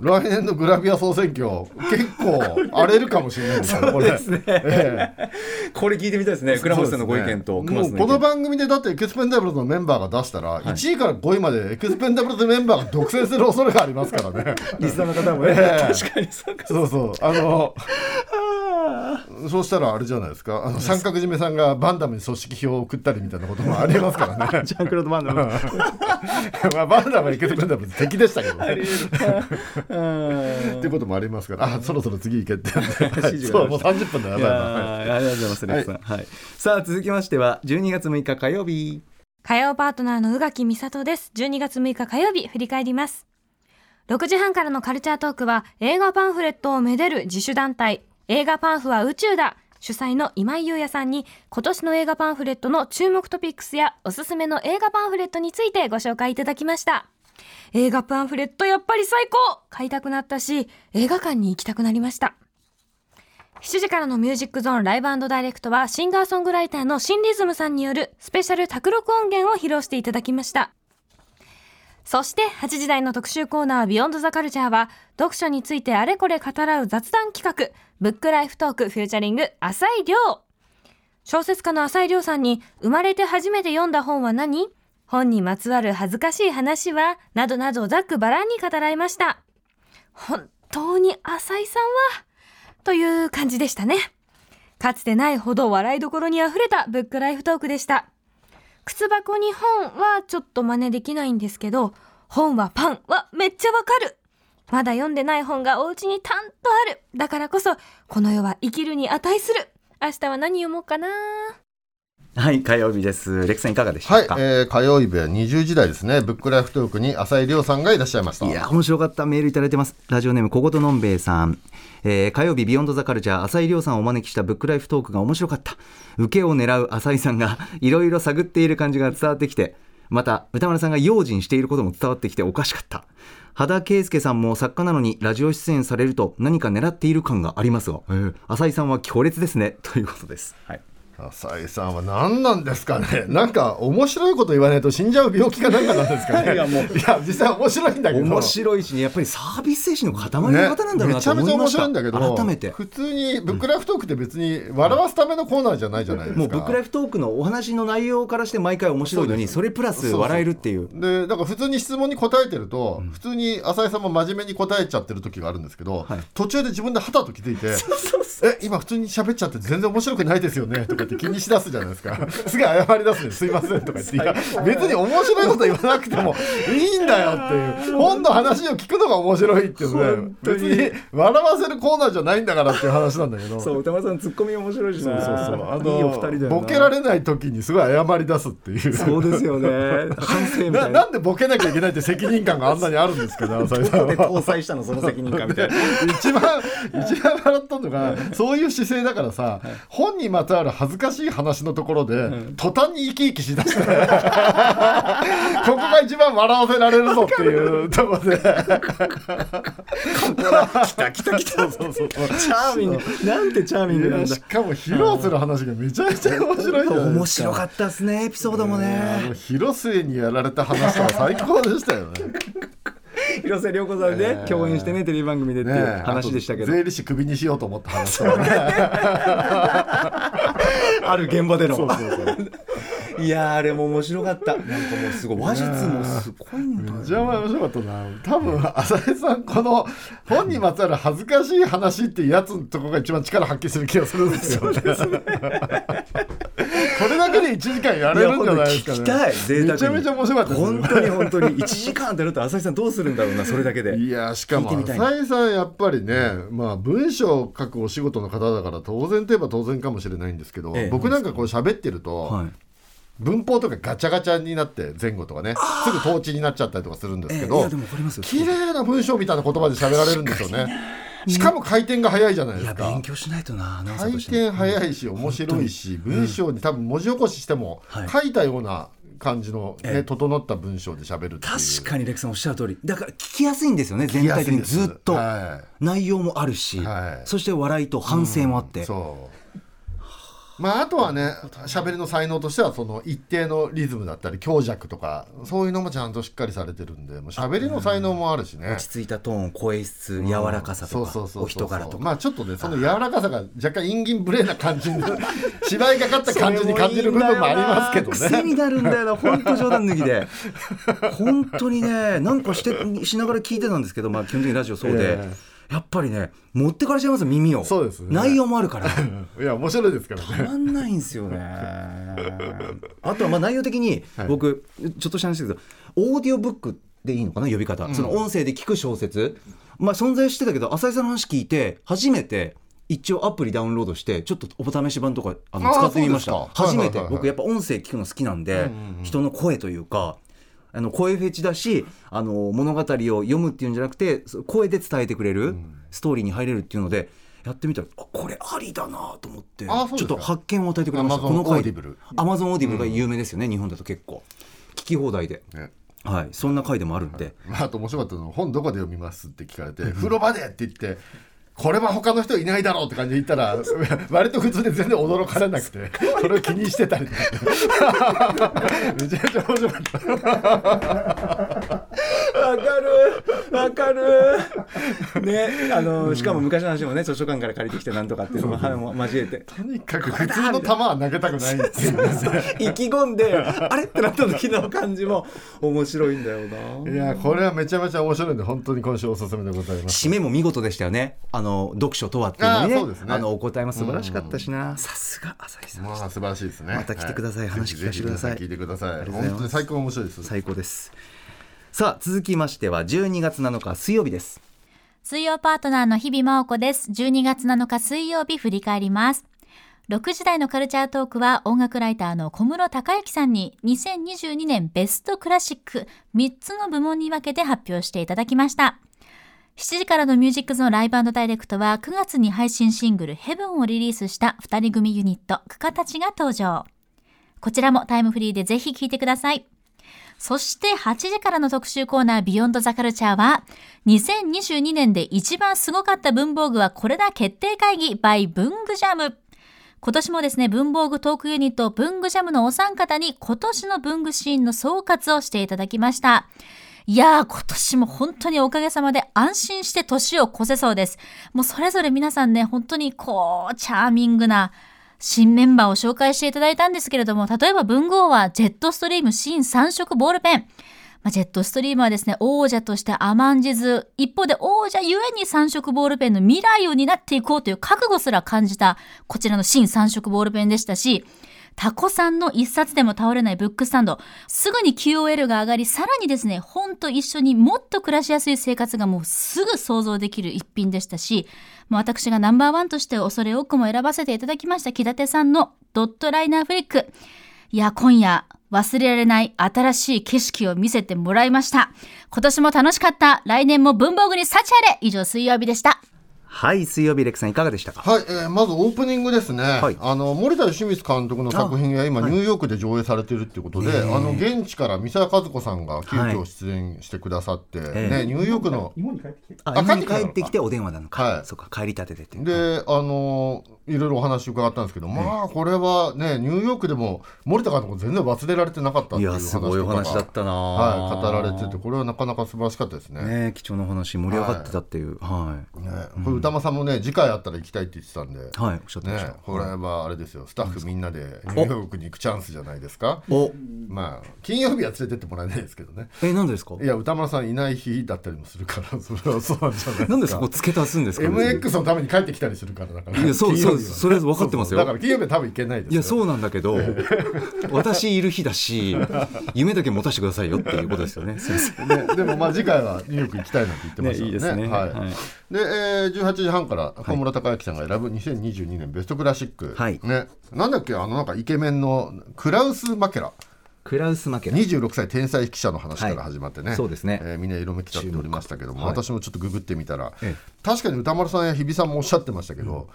来年のグラビア総選挙結構荒れるかもしれないですからこれええ
これ聞いてみたいですね倉本さんのご意見と熊
も
さ
うんこの
の
番組でだってエクスペンダブルズのメンバーが出したら1位から5位までエクスペンダブルズメンバーが独占する恐れがありますからね
リスナーの方もね
ええ
確かにそう か
そうそうあのそうしたらあれじゃないですかあの三角締めさんがバンダムに組織票を送ったりみたいなこともありますからね
ジャンクロード・マンダム
まあバンダムはエクスペンダブルズ敵でしたけどね
うん
ってこともありますから、あ、そろそろ次行 けって。
指示が
そう、もう三十分だよ。
い
や
や
ばい
ー
な
ありがとうございます、レッツさん。はい。さあ、続きましては、12月6日火曜日。
火曜パートナーの宇垣美里です。12月6日火曜日、振り返ります。6時半からのカルチャートークは、映画パンフレットをめでる自主団体、映画パンフは宇宙だ主催の今井優也さんに、今年の映画パンフレットの注目トピックスや、おすすめの映画パンフレットについてご紹介いただきました。映画パンフレットやっぱり最高買いたくなったし、映画館に行きたくなりました。7時からのミュージックゾーンライブダイレクトはシンガーソングライターのシンリズムさんによるスペシャル卓録音源を披露していただきました。そして8時台の特集コーナービヨンドザカルチャーは読書についてあれこれ語らう雑談企画ブックライフトークフューチャリング浅井亮小説家の浅井亮さんに生まれて初めて読んだ本は何本にまつわる恥ずかしい話はなどなどざっくばらんに語らいました。本当に浅井さんはという感じでしたね。かつてないほど笑いどころに溢れたブックライフトークでした。靴箱に本はちょっと真似できないんですけど、本はパンはめっちゃわかる。まだ読んでない本がお家にたんとある。だからこそ、この世は生きるに値する。明日は何読もうかな
はい、火曜日です。レックさん、いかがでし
は
た
い
か、、
えー、火曜日は二十時台ですね。ブックライフトークに浅井亮さんがいらっしゃいました。
いや面白かったメールいただいてますラジオネーム小言のんべえさん、えー火曜日ビヨンドザカルチャー浅井亮さんをお招きしたブックライフトークが面白かった受けを狙う浅井さんが いろいろ探っている感じが伝わってきてまた歌丸さんが用心していることも伝わってきておかしかった羽田圭介さんも作家なのにラジオ出演されると何か狙っている感がありますが、えー浅井さんは強烈ですねということです、はい、
浅井さんは何なんですかね。 なんか面白いこと言わないと死んじゃう病気かなんかなんです かね。いや
もう
実際面白いんだけど。
面白いしねやっぱりサービス精神の塊の方なんだろう
ね、
な
めち
と
ゃめ
思
ちゃ
いま
面
した、
白いんだけど
改めて
普通にブックライフトークって別に笑わすためのコーナーじゃないじゃないですか、
もうブックライフトークのお話の内容からして毎回面白いのにそれプラス笑えるっていう
でだから普通に質問に答えてると、普通に浅井さんも真面目に答えちゃってる時があるんですけど、
はい
途中で自分ではたと気づいて「え今普通に喋っちゃって全然面白くないですよね」とか言って気にしだすじゃないですか すぐ謝りだすんですいませんとか言っていや別に面白いこと言わなくてもいいんだよっていう本の話を聞くのが面白いっていうの
本
で
当
別
に
に笑わせるコーナーじゃないんだからっていう話なんだけど
そう歌丸さんツッコミ面白いし
そう
な
そうそうあ
いいお二人だよ
の
な
ボケられない時にすごい謝り出すっていう
そうで すよね反省みた
ない
な
なんでボケなきゃいけないって責任感があんなにあるんですけ ど浅井さん
で
は
搭載したのその責任感みたいな
一番一番笑ったのがそういう姿勢だからさ、本にまつわる恥ずかしい話のところで、途端に生き生きしだしてここが一番笑わせられるぞっていうところで
来た来た来た
そうそうそう
チャーミングなんてチャーミングなんだ
しかも披露する話がめちゃめちゃ面白いじゃないですか
面白かったですねエピソードも
あ
ね
の広末にやられた話とか最高でしたよね。
広瀬涼子さんで共演してねテレビ番組でっていう
ねえ
話でしたけ
あ
ど
と税理士クビにしようと思った話とかね。
ある現場での
そうそうそう。
いやーあれも面白かったなんかもうすごい話術もすごいんだよ
じゃあ面白かったな。多分浅井さんこの本にまつわる恥ずかしい話っていうやつのとこが一番力発揮する気がするんですよ、ね。これだけで1時間やれるんじゃないですかね。
いや本当聞きたい贅沢に
めちゃめちゃ面白かったです
本当に本当に1時間ってなったら浅井さんどうするんだろうなそれだけで
いやしかも
聞いてみたいな
浅井さんやっぱりね、まあ、文章を書くお仕事の方だから当然といえば当然かもしれないんですけど、
ええ
僕なんかこう喋ってると、
はい
文法とかガチャガチャになって前後とかねすぐ統治になっちゃったりとかするんですけ
ええい
ど、
やでもわかりますよ
綺麗な文章みたいな言葉で喋られるんですよねしかも回転が早いじゃないで
い
す
や
か
勉強しないとなアナウンサ
回
ーとしても
転早いし面白いし文章に多分文字起こししても
はい
書いたような感じの、ね
ええ
整った文章で喋るっていう
確かにレクさんおっしゃる通りだから聞きやすいんですよね全体的にずっと
は
内容もあるし、
はい
そして笑いと反省もあって、
そうまああとはね喋りの才能としてはその一定のリズムだったり強弱とかそういうのもちゃんとしっかりされてるんでもう喋りの才能もあるしね
落ち着いたトーン声質柔らかさとか、
そうそうそうそう
お人柄とか、
まあちょっとねその柔らかさが若干陰銀無礼な感じ に芝居がかった感じに感じる部分もありますけど
それもい
ね
いんだよな癖になるんだ よな本当冗談抜きで本当にねなんかしてしながら聞いてたんですけど、まあ、基本的にラジオそうで、
え
やっぱりね持ってかれちゃいますよ耳を
そうですね
内容もあるから。
いや面白いですからね
たまんないんですよね。あとはまあ内容的に
はい
僕ちょっとした話ですけど、オーディオブックでいいのかな呼び方、その音声で聞く小説、まあ存在してたけど浅井さんの話聞いて初めて。一応アプリダウンロードしてちょっとお試し版とかあの
あー
使ってみました
そうですか
初めて
はいはいはいはい
僕やっぱ音声聞くの好きなんで、人の声というかあの声フェチだしあの物語を読むっていうんじゃなくてそう声で伝えてくれる、ストーリーに入れるっていうのでやってみたらあこれありだなと思ってち
あ
ょ
そ
っ
うですか
と発見を与えてくれました
Amazon
この回
Audible
アマゾンオーディブルが有名ですよね、日本だと結構聞き放題で、
ね
はい、そんな回でもあるんで、
まああと面白かったのは本どこで読みますって聞かれて風呂場でって言ってこれは他の人いないだろうって感じで言ったら 割と普通で全然驚かれなくてそれを気にしてたり とかめちゃめちゃ面白かった
わかるわかるねあのしかも昔の話もね図書館から借りてきてなんとかっていうのもはいも交えて
とにかく普通の球は投げたくないっていうね
意気込んであれってなった時の感じも面白いんだよない
やこれはめちゃめちゃ面白いんで本当に今週おすすめでございます
締めも見事でしたよねあの読書とはっていうのに
あ
ね
ーそうですね
あのお答えも素晴らしかったしなさすが浅井さん
まあ素晴らしいですね
また来てください
は
話聞かせてください
ぜひぜひ皆さん聞い
あ
て
りがとうございま
ください
す
本当に最高面白いです
最高ですさあ続きましては12月7日水曜日です
水曜パートナーの日々真央子です。12月7日水曜日振り返ります。6時台のカルチャートークは音楽ライターの小室孝之さんに2022年ベストクラシック3つの部門に分けて発表していただきました。7時からのミュージックゾーンライブダイレクトは9月に配信シングルヘブンをリリースした2人組ユニットクカたちが登場。こちらもタイムフリーでぜひ聴いてください。そして8時からの特集コーナービヨンドザカルチャーは2022年で一番すごかった文房具はこれだ決定会議 by 文具ジャム。今年もですね、文房具トークユニット文具ジャムのお三方に今年の文具シーンの総括をしていただきました。いやー、今年も本当におかげさまで安心して年を越せそうです。もうそれぞれ皆さんね、本当にこう、チャーミングな新メンバーを紹介していただいたんですけれども、例えば文豪はジェットストリーム新3色ボールペン。まあ、ジェットストリームはですね、王者として甘んじず、一方で王者ゆえに三色ボールペンの未来を担っていこうという覚悟すら感じた、こちらの新三色ボールペンでしたし、タコさんの一冊でも倒れないブックスタンド。すぐに QOL が上がり、さらにですね、本と一緒にもっと暮らしやすい生活がもうすぐ想像できる一品でしたし、もう私がナンバーワンとして恐れ多くも選ばせていただきました木立さんのドットライナーフリック。いや、今夜、忘れられない新しい景色を見せてもらいました。今年も楽しかった。来年も文房具に幸あれ。以上、水曜日でした。
はい水曜日レクさんいかがでしたか
はい、えーまずオープニングですね、
はい
あの森田清水監督の作品が今、ニューヨークで上映されてるっていうことで、あの現地から三沢和子さんが急
は
遽
い
出演してくださって、
え
ね、ニューヨークの、
あ
あ
今に
帰ってきたのか
帰ってきてお電話なのか、
はい
そうか帰りたてでっていう
で、あのいろいろお話伺ったんですけど、まあ、これはね、ニューヨークでも森田監督、全然忘れられてなかったっ
い
てい
や
う話
す
とか
ごいお話だったな、
はい、語られてて、これはなかなか素晴らしかったですね。
ねえ貴重なお話盛り上がってたっていうはい
ねこれ歌間さんもね、次回あったら行きたいって言ってたんで。
はい、おっしゃってました、
ね、これはあれですよスタッフみんなでニューヨークに行くチャンスじゃないですか
お
まあ金曜日は連れてってもらえないですけどね
えなんでですか
いや歌丸さんいない日だったりもするから それはそうなんじゃないですか
なんでそこ付け足すんですか
MX のために帰ってきたりするからだから
いやそうそう
金曜日はね
それ分かってますよ
そうそうだから金曜日は多分行けないです
いや
う
そうなんだけど私いる日だ し夢だけ持たせてくださいよっていうことですよねすいません
ね、でもまあ次回はニューヨーク行きたいなんて言ってました
ねいいですね
はい
はい
で、えー、18時半から小室孝之さんが選ぶ2022年ベストクラシック、
はい
ね、なんだっけあのなんかイケメンのクラウス・マケラ
クラウス負け
26歳天才記者の話から
はい
始まってね、
そうですね
えーみんな色めき立っておりましたけども、
はい
私もちょっとググってみたら、
え
確かに歌丸さんや日比さんもおっしゃってましたけど、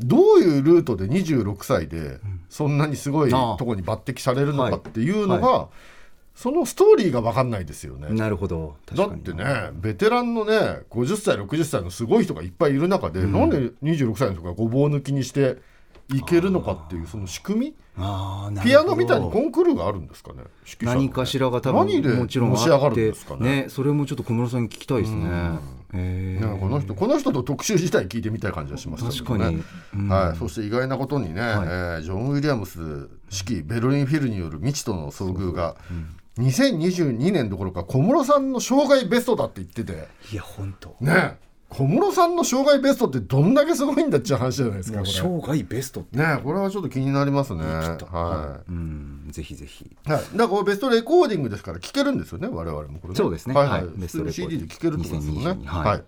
どういうルートで26歳でそんなにすごい
ああ
とこに抜擢されるのかっていうのが、
はい
そのストーリーが分かんないですよね。
なるほど
だ
確
っ
かに
てねベテランのね50歳60歳のすごい人がいっぱいいる中で、なんで26歳の人がごぼう抜きにしていけるのかっていうその仕組
あーな
み
る
ピアノみたいに
ほ
コ
ど
ンクールがあるんですかね指揮者のね
何かしらが多分
何で
もちろん
のし上
あ
が
っ
るん
て
ですかね
ねそれもちょっと小室さんに聞きたいですねえ
ねこの人この人と特集自体聞いてみたい感じがしましたけどね
確かにうん
はい、そして意外なことにね、
はい
えージョン・ウィリアムス指揮ベルリンフィルによる未知との遭遇が2022年どころか小室さんの生涯ベストだって言ってて。
いや本当
ねえ小室さんの生涯ベストってどんだけすごいんだっちゃう話じゃないですかこれ
生涯ベストって
ねえこれはちょっと気になりますねは
うんぜひぜひ
い、はい、だからこれベストレコーディングですから聴けるんですよね我々もこれ、
そうですね
はいはい、
はい
普
ベス
通
ト
に
レコーディ
CD
ン
で
グ
聴けるってことですもんね
2022はい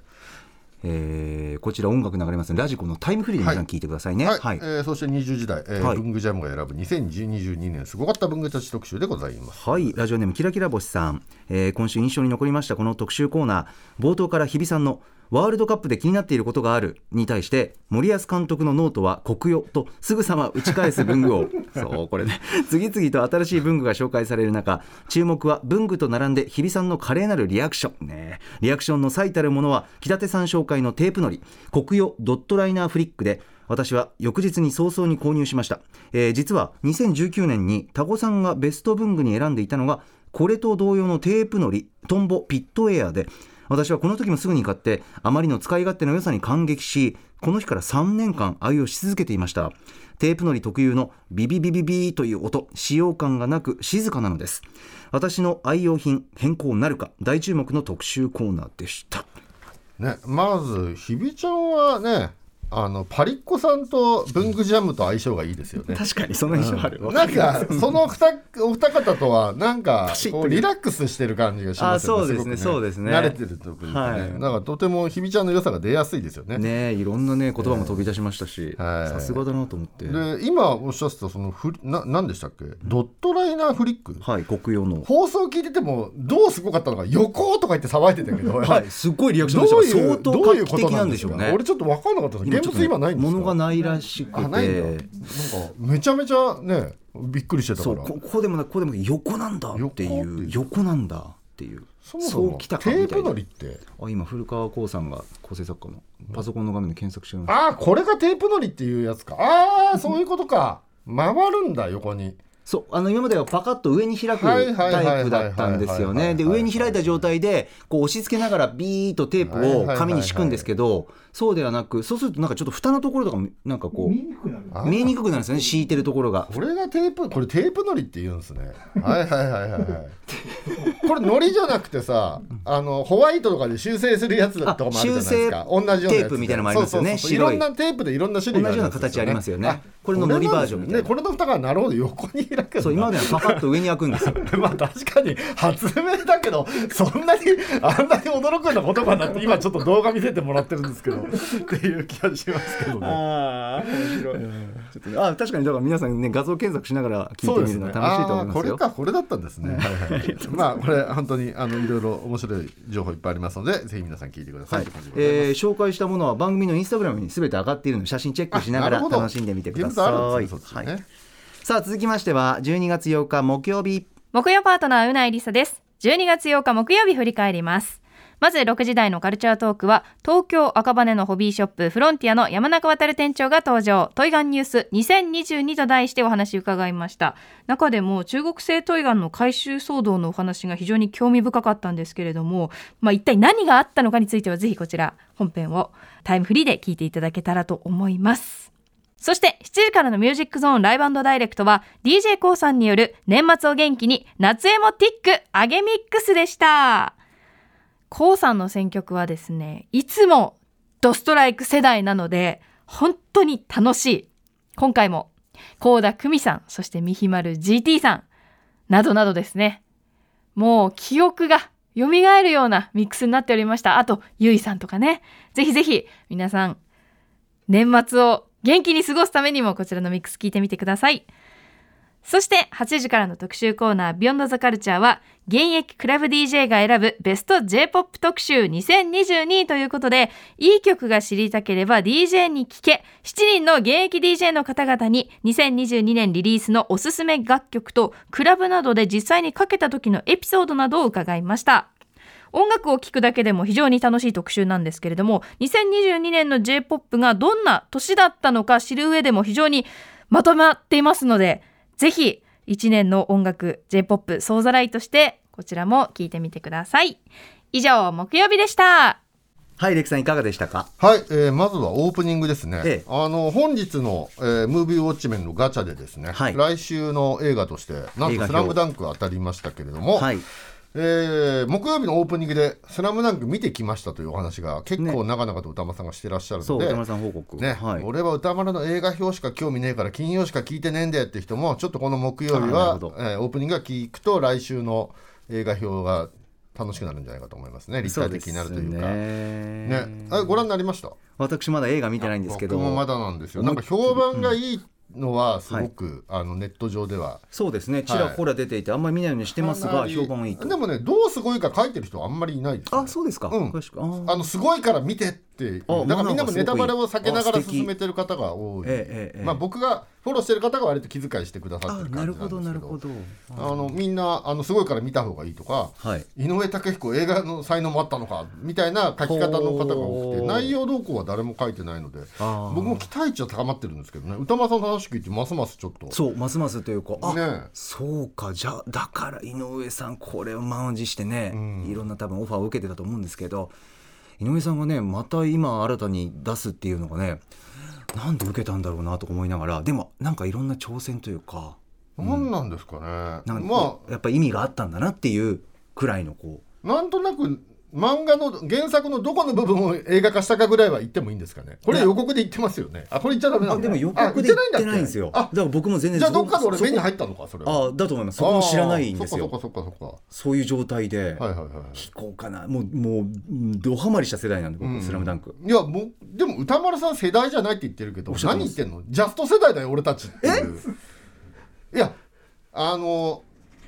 えーこちら音楽流れますのでラジコのタイムフリーで皆さん聞いてくださいね
はい
はい
えーそして20時代、えー
はい
文具ジャムが選ぶ2022年すごかった文具たち特集でございます。
はい、ラジオネームキラキラ星さん、えー今週印象に残りましたこの特集コーナー冒頭から日比さんの「ワールドカップで気になっていることがある」に対して森保監督のノートは「国よ」とすぐさま打ち返す文具をそうこれね次々と新しい文具が紹介される中注目は文具と並んで日比さんの華麗なるリアクションねリアクションの最たるものは木立さん紹介のテープのり「国よドットライナーフリック」で私は翌日に早々に購入しました、えー実は2019年にタコさんがベスト文具に選んでいたのがこれと同様のテープのりトンボピットエアで私はこの時もすぐに買ってあまりの使い勝手の良さに感激しこの日から3年間愛用し続けていましたテープのり特有のビビビビビーという音使用感がなく静かなのです私の愛用品変更なるか大注目の特集コーナーでした
ね、まずひびちゃんはねあのパリッコさんと文具ジャムと相性がいいですよね。
確かにその印象ある
なんかそのふたお二方とはなんか
シッと
こうリラックスしてる感じがしますよね。
あそうですね
ごく
そうですね
慣れてるとこにね。
はい
なんかとてもひびちゃんの良さが出やすいですよね。
ねえいろんなね言葉も飛び出しましたし
はい
さすがだなと思って
で今おっしゃってたそのフリななんでしたっけドットライナーフリック。
はい国用の
放送聞いててもどうすごかったのか横とか言って騒いでたけど、
はいすごいリアクショ
ど
ンで
う
し
い
たが
う
相当
どうい
画
う
期
こと
的
な
なんん
で
ですし
よ
ょう
ね。
ね
俺ちょっと分かんなかったです。現物今ないんですか。
物がないらしく
あないんだ。なん
て
かめちゃめちゃねびっくりしてたか
そう
ら。
ここうでもないこうでもない横なんだってい
横っていう
う横なんだっていう
そもそも
う
テ
きたかみ
ー
たい
プ
な
のりって
あ今古川光さんが構成作家のパソコンの画面で検索してます
ああこれがテープのりっていうやつかああそういうことか回るんだ横に
そうあの今まではパカッと上に開く
はいはいはいはい
タイプだったんですよねで
はいはいはいはい
上に開いた状態でこう押し付けながらビーッとテープを紙に敷くんですけどそうではなくそうするとなんかちょっと蓋のところとかもなんかこう見えにくくなるんですよね敷いてるところが
これがテープこれテープのりって言うんですねはいはいはいはいはいこれのりじゃなくてさあのホワイトとかで修正するやつだとかもあるじゃないですか
あ修正
同じようなやつで
テープみたいなのもありますよね
そうそうそうい
白
ろ
い
んなテープでいろんな種類が
同じような形ありますよね
あ
これののりバージョンみたいな
これの蓋がなるほど横に開くんだ
そう今まではパカッと上に開くんです よ
まあ確かに発明だけどそんなにあんなに驚くような言葉になって今ちょっと動画見せてもらってるんですけどっていう気がしますけどね。
ああ面白い
ちょっとねあ確かにだから皆さんね画像検索しながら聞いてみるのは楽しいと思い
あー
ま
こ
す
れ
よ
かこれだったんですね。はいはいまあこれ本当にあのいろいろ面白い情報いっぱいありますのでぜひ皆さん聞いてくださ。
はいい
ということでございます
えー紹介したものは番組のインスタグラムに全て上がっているので写真チェックしながら楽しんでみてください、
あるんですねそっち
は
にね
い、さあ続きましては12月8日木曜日
木曜パートナーうないりさです12月8日木曜日振り返りますまず6時台のカルチャートークは東京赤羽のホビーショップフロンティアの山中渡店長が登場トイガンニュース2022と題してお話伺いました中でも中国製トイガンの回収騒動のお話が非常に興味深かったんですけれどもまあ一体何があったのかについてはぜひこちら本編をタイムフリーで聞いていただけたらと思いますそして7時からのミュージックゾーンライブダイレクトは d j k o さんによる年末を元気に夏エモティックアゲミックスでした k o さんの選曲はですねいつもドストライク世代なので本当に楽しい今回も高田久美さんそしてみひまる GT さんなどなどですねもう記憶が蘇るようなミックスになっておりましたあとゆいさんとかねぜひぜひ皆さん年末を元気に過ごすためにもこちらのミックス聞いてみてくださいそして8時からの特集コーナー「ビヨンドザカルチャーは現役クラブ DJ が選ぶベスト J-POP 特集2022ということでいい曲が知りたければ DJ に聞け7人の現役 DJ の方々に2022年リリースのおすすめ楽曲とクラブなどで実際にかけた時のエピソードなどを伺いました。音楽を聴くだけでも非常に楽しい特集なんですけれども2022年の J-POP がどんな年だったのか知る上でも非常にまとまっていますのでぜひ1年の音楽 J-POP 総ざらいとしてこちらも聴いてみてください以上木曜日でした
はいレキさんいかがでしたか
はい、えーまずはオープニングですね、
ええ
あの本日の、えームービーウォッチメンのガチャでですね、
はい
来週の映画としてなん
映画表
と「スラムダンク当たりましたけれども、
はい
えー木曜日のオープニングで「スラムダンク見てきましたというお話が結構長々と歌丸さんがしてらっしゃる
そ
の
う
で、
歌丸さん報告、
ね
はい、
俺は歌丸の映画表しか興味ねえから金曜しか聞いてねえんだよって人もちょっとこの木曜日
あなるほ
は
ど、
えーオープニングが聞くと来週の映画表が楽しくなるんじゃないかと思いますね立体的になるというか。ね
ね
あれご覧になりました
私まだ映画見てないんですけど
僕もまだなんですよなんか評判がいいのはすごく、あのネット上では
そうですねちらほら出ていてあんまり見ないようにしてます
か
が
なり
評判いいと
でもねどうすごいか書いてる人はあんまりいないです、ね、
あそうですか、
うん
詳しくあー
あのすごいから見てってだ
あ
からみんなもネタバレを避けなが
あ
ら
素敵
進めてる方が多い、
ええええ
まあ、僕がフォローしてる方が割と気遣いしてくださって
あ
る
な
感
る
じな
ほ
んですけ
ど
ど
なるほど
あのみんなあのすごいから見た方がいいとか、
はい
井上武彦映画の才能もあったのかみたいな書き方の方が多く
ほう
て内容動向は誰も書いてないので
あー
僕も期待値は高まってるんですけどね歌丸さんの話聞いてますますちょっと
そうますますというかあ、
ねえ
そうかじゃあだから井上さんこれを満を持してね、いろんな多分オファーを受けてたと思うんですけど井上さんがねまた今新たに出すっていうのがねなんで受けたんだろうなとか思いながらでもなんかいろんな挑戦というか
何なんですかね、
なんか
まあ
やっぱ意味があったんだなっていうくらいのこう
なんとなく漫画の原作のどこの部分を映画化したかぐらいは言ってもいいんですかねこれ予告で言ってますよねあこれ言っちゃダメな
あ
の
でも予告で言ってないんですよだ
あ
から僕も全然
じゃあどっかで俺
そこ
目に入ったのかそれは
あだと思いますそこも知らないんです
あー
よ
そっかそっかそっか
そういう状態で、
そっかはいはいはいはい
聞こうかなもうもううんドハマりした世代なんで僕、スラムダンク
いやもうでも歌丸さん世代じゃないって言ってるけど
っしゃって
何
ま
言っ
す
てんのジャスト世代だよ俺たちっていういやあの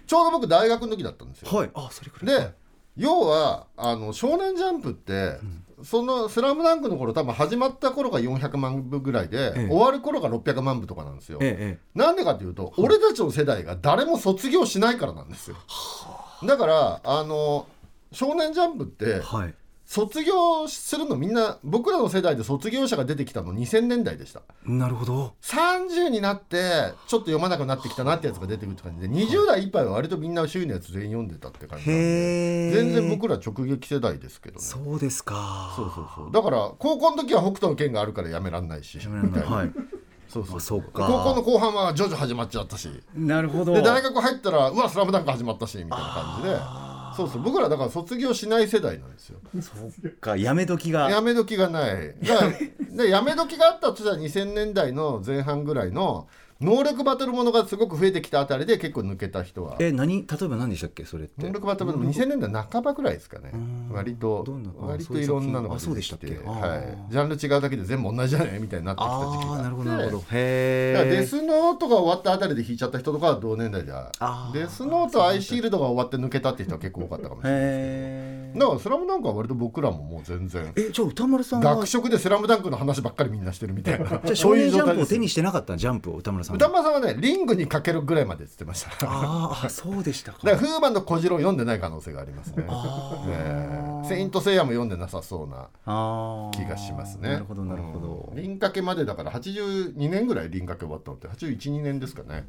ちょうど僕大学の時だったんですよ、
はいあそれくらい
で要はあの「少年ジャンプ」って、その「スラムダンクの頃多分始まった頃が400万部ぐらいで、
ええ
終わる頃が600万部とかなんですよ、
ええ
なんでかというと、俺たちの世代が誰も卒業しないからなんですよだからあの「少年ジャンプ」って、
はい
卒業するのみんな僕らの世代で卒業者が出てきたの2000年代でした
なるほど。
30になってちょっと読まなくなってきたなってやつが出てくるって感じで20代いっぱいは割とみんな周囲のやつ全員読んでたって感じなんで
へえ。
全然僕ら直撃世代ですけどねそう
そうですか。
そうそうだから高校の時は北斗の拳があるからやめらんないし
やめらんない
みた
はい
そうそう
あそうか
高校の後半は徐々始まっちゃったし
なるほど
で大学入ったらうわスラムダンク始まったしみたいな感じでそうそう僕らだから卒業しない世代なんですよ
かやめ時
や
が
め時がないだから でやめ時があったとしたら2000年代の前半ぐらいの能力バトルものがすごく増えてきたあたりで結構抜けた人は
え何例えば何でしたっけそれって
能。力バトルもの2000年代半ばぐらいですかね割と
どんなあ
割といろんなのが
そうい
出
う作
てき
品
て、
あそうでしたっけ
は
あー
い、ジャンル違うだけで全部同じじゃないみたいになってきた時期
あ
が
あなるほど
あっ
な
て
るほど。
だからデ
へえ。
スノートが終わったあたりで引いちゃった人とかは同年代で
あー
デスノートアイシールドが終わって抜けたって人は結構多かったかもしれない
へ
だから「スラムダンクは割と僕らももう全然
えじゃあ歌丸さんは
学
じ
食で「スラムダンクの話ばっかりみんなしてるみたいな
ゃあ少年ジャンプを手に
し
してなかったジャンプを歌丸さんは。
歌間さんはねリングにかけるぐらいまでっつってましただか
あーあそうでしたか。
らフーマンの小次郎読んでない可能性がありますね
あ
ええセイント・セイヤも読んでなさそうな
あー
気がしますね
なるほどなるほど。
うんリンかけまでだから82年ぐらいリンかけ終わったのって812年ですかね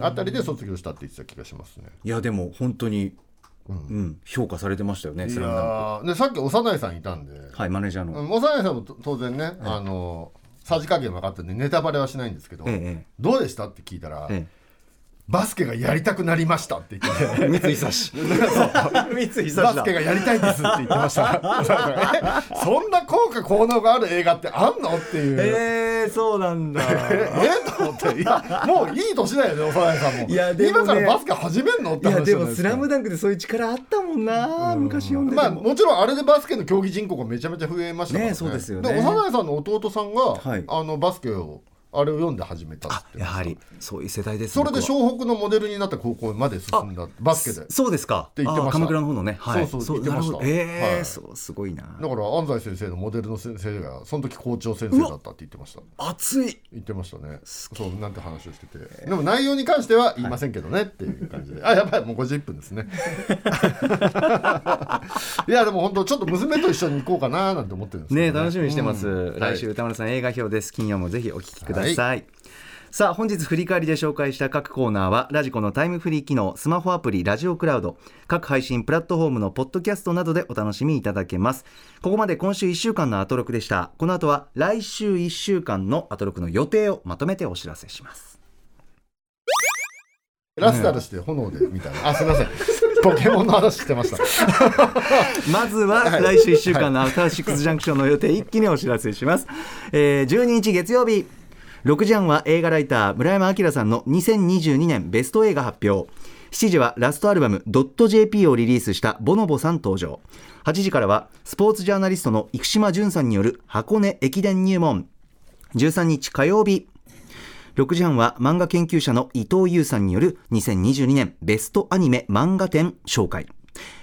あたりで卒業したって言ってた気がしますね
いやでも本当にうん評価されてましたよね
いや
スラムダン
ーでさっき幼いさんいたんで、
クはいマネージャーの
うん、幼いさんもと当然ね、あのさじ加減分かったんでネタバレはしないんですけど、
ええ
どうでしたって聞いたら、
え
バスケがやりたくなりましたって言って
三井久 志。三井久志
バ
だ
スケがやりたいですって言ってましたえ そんな効果効能がある映画ってあんのっていう、
えー、そうなんだ。
え えと思っていやもういい年だよね幼いさんも
いやでもね
今からバスケ始めんのっ
い
て話
や
じゃ
で
ない
も「
です
ス
か
ラムダンクでそういう力あったもんな昔読んでて
まあ
も、
もちろんあれでバスケの競技人口がめちゃめちゃ増えましたからね
ねそうですよね
幼いさんの弟さんが、
はい
あのバスケをあれを読んで始めたっつって
やはりそういう世代です
そ
ね。
れで
僕は
湘北のモデルになった高校まで進んだバスケで
そうですか。
て言ってま
あ
した
ー鎌倉の方のね。はい。
そうそう言って
な
ま
る
し
ほ
た
どええ
はい
そうすごいな。
だから安西先生のモデルの先生がその時校長先生だったって言ってました
熱い。
言ってましたねそうなんて話をしててでも内容に関しては言いませんけどねっていう感じで、あやばいもう50分ですねいやでも本当ちょっと娘と一緒に行こうかななんて思ってるんですけど
ね楽しみにしてます、
うん
来週歌丸さん映画表です金曜もぜひお聞きください、さあ本日振り返りで紹介した各コーナーはラジコのタイムフリー機能スマホアプリラジオクラウド各配信プラットフォームのポッドキャストなどでお楽しみいただけますここまで今週1週間のアトロクでしたこの後は来週1週間のアトロクの予定をまとめてお知らせします
ラスタルして炎でみたいな。あ、すみません。ポケモンの話してました。
まずは来週1週間のアフターシックスジャンクションの予定、一気にお知らせします。えー12日月曜日、6時半は映画ライター、村山明さんの2022年ベスト映画発表。7時はラストアルバム .jp をリリースしたボノボさん登場。8時からはスポーツジャーナリストの生島淳さんによる箱根駅伝入門。13日火曜日、6時半は漫画研究者の伊藤優さんによる2022年ベストアニメ漫画展紹介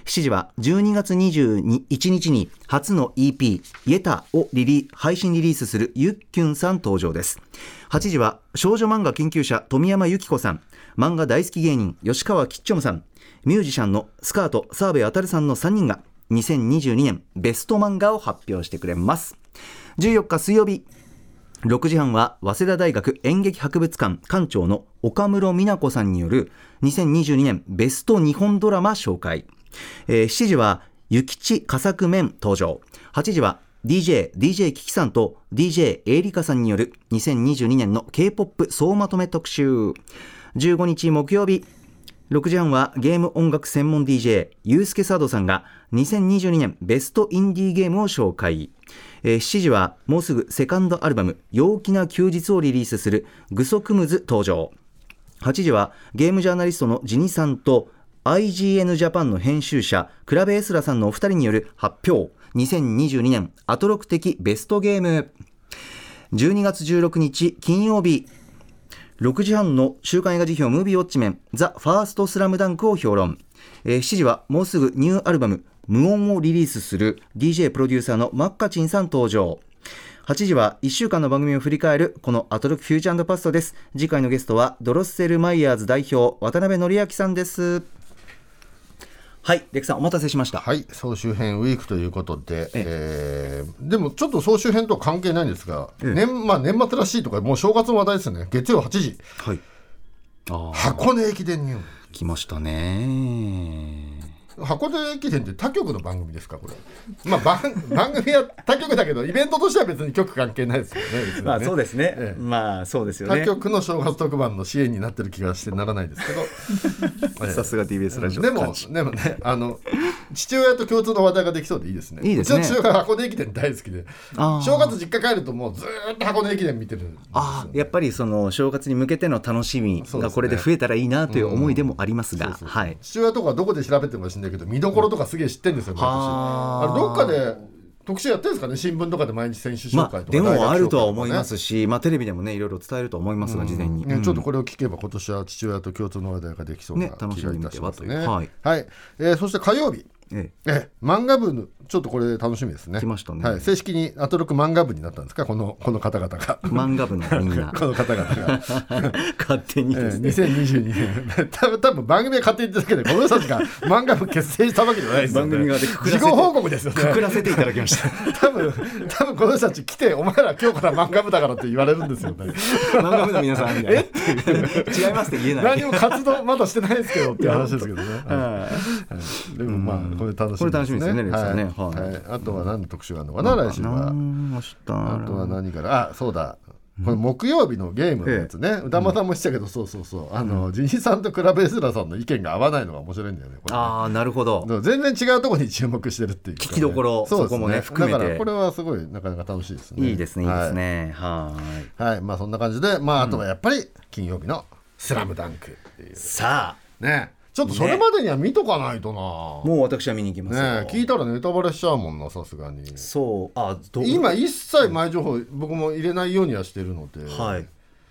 7時は12月21日に初の EP「イエタ」をリリー配信リリースするゆっきゅんさん登場です8時は少女漫画研究者富山由紀子さん漫画大好き芸人吉川きっちょむさんミュージシャンのスカート澤部渉さんの3人が2022年ベスト漫画を発表してくれます14日水曜日6時半は早稲田大学演劇博物館館長の岡室美奈子さんによる2022年ベスト日本ドラマ紹介、えー7時は諭吉佳作面登場8時は DJ、DJ キキさんと DJ エリカさんによる2022年の K-POP 総まとめ特集15日木曜日6時半はゲーム音楽専門 DJ ユースケサードさんが2022年ベストインディーゲームを紹介、えー7時はもうすぐセカンドアルバム「陽気な休日」をリリースするグソクムズ登場8時はゲームジャーナリストのジニさんと IGN ジャパンの編集者クラベエスラさんのお二人による発表2022年アトロク的ベストゲーム12月16日金曜日6時半の週刊映画辞表ムービーウォッチメンザ・ファーストスラムダンクを評論、えー7時はもうすぐニューアルバム無音をリリースする DJ プロデューサーのマッカチンさん登場8時は1週間の番組を振り返るこのアトロックフューチャーパストです次回のゲストはドロッセル・マイヤーズ代表渡辺則明さんですはいレクさんお待たせしました、
はい総集編ウィークということで、
え
えーでもちょっと総集編とは関係ないんですが、年まあ、年末らしいとかもう正月の話題ですね月曜8時
はいああ
箱根駅伝ニュー
来ましたね
ス箱根駅伝って他局の番組ですかこれ まあ番番組は他局だけどイベントとしては別に局関係ないですよね別にね
まあそうですね、
ええ
まあそうですよね
他局の正月特番の支援になってる気がしてならないですけどえ え
さすが TBS ラジオ
でもでもねあの父親と共通の話題ができそうでいいですね
いいですね
うちの父親が箱根駅伝大好きで
あー
正月実家帰るともうずーっと箱根駅伝見てるんですよ
ああやっぱりその正月に向けての楽しみ
そうです
が
ね
これで増えたらいいなという思いでもありますが、
そうそうそう
はい
父親とかどこで調べてもしんないけど見どころとかすげえ知ってるんですよ毎年
は
あ
ー
れどっかで特集やってるんですかね新聞とかで毎日選手紹
まあ
介とか
で
大学紹介とか
もあ
ね
るとは思いますし、まあ、テレビでもねいろいろ伝えると思いますが事前に、
ね
うん
ちょっとこれを聞けば今年は父親と共通の話題ができそうな
ね楽
気
し
が
んで
い
み
た
て
し
は
ま
と
す
いう
ね。
はい
えーそして火曜日、
え
えー漫画部のちょっとこれ楽しみですね。
来ましたね
はい、正式にアトロック漫画部になったんですかこのこの方々が。
え漫画部のみん な
この方々が。
勝手に
え
です
ー
ね、
2022年 多分多分番組が勝手に言ってるだけでこの人たちが漫画部結成したわけじゃないですよね
番組側でくくらせて
事後報告ですよね
くくらせていただきま した
多分多分この人たち来てお前ら今日から漫画部だからって言われるんですよ ね
漫画部の皆さんみたいな違いますって言えない
何も活動まだしてないですけどっていう話ですけ どね、はいでもまあこれ楽しみですね
これ楽しみですねレミさんね
はい
はい
はいあとは何の特集があるのかな来週は
明日
あとは何からあそうだこれ木曜日のゲームのやつね歌間さんも言ってたけどそうそうそうあのジニさんとクラベスラさんの意見が合わないのが面白いんだよねこれね
ああなるほど
だから全然違うところに注目してるっていうかね、
聞きどころ
うです
そこもね含めて
だからこれはすごいなかなか楽しいですね
いいですねいいですねはい
はい、はいまあそんな感じでまああとはやっぱり金曜日の「スラムダンクっていう
さあ
ねちょっとそれまでには見とかないとな、
もう私は見に行きますよ
ね聞いたらネタバレしちゃうもんなさすがに
そうあどう
今一切前情報僕も入れないようにはしてるので、
はい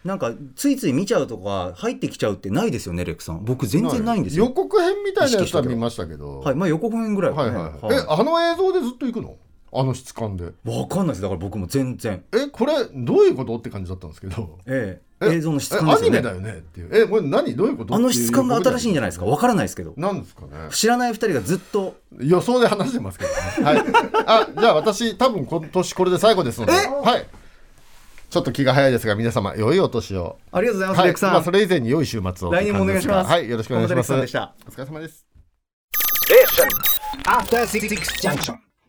なんかついつい見ちゃうとか入ってきちゃうってないですよねレクさん僕全然ないんです
予
よ
告編みたいなやつは見ましたけど
はいまあ予告編ぐらい
は
はいね
はい
は
えあの映像でずっと行くのあの質感で
いわかんないですだから僕も全然
えこれどういうことって感じだったんですけど
ええ
え
映像の質感ですよ
えアニメだ
ね
よねっていうえこれ何どういうこと
あの質感が新しいんじゃないですかわからないですけど
なんですかね
知らない二人がずっと
予想で話してますけど ねはいあじゃあ私多分今年これで最後ですのではいちょっと気が早いですが皆様良いお年を
ありがとうございます、
はい
レクさん、
まあ、それ以前に良い週末を
来年もお願いします
はいよろしくお願いします
岡田レクさんでした
お疲れ様です
After Six Junction.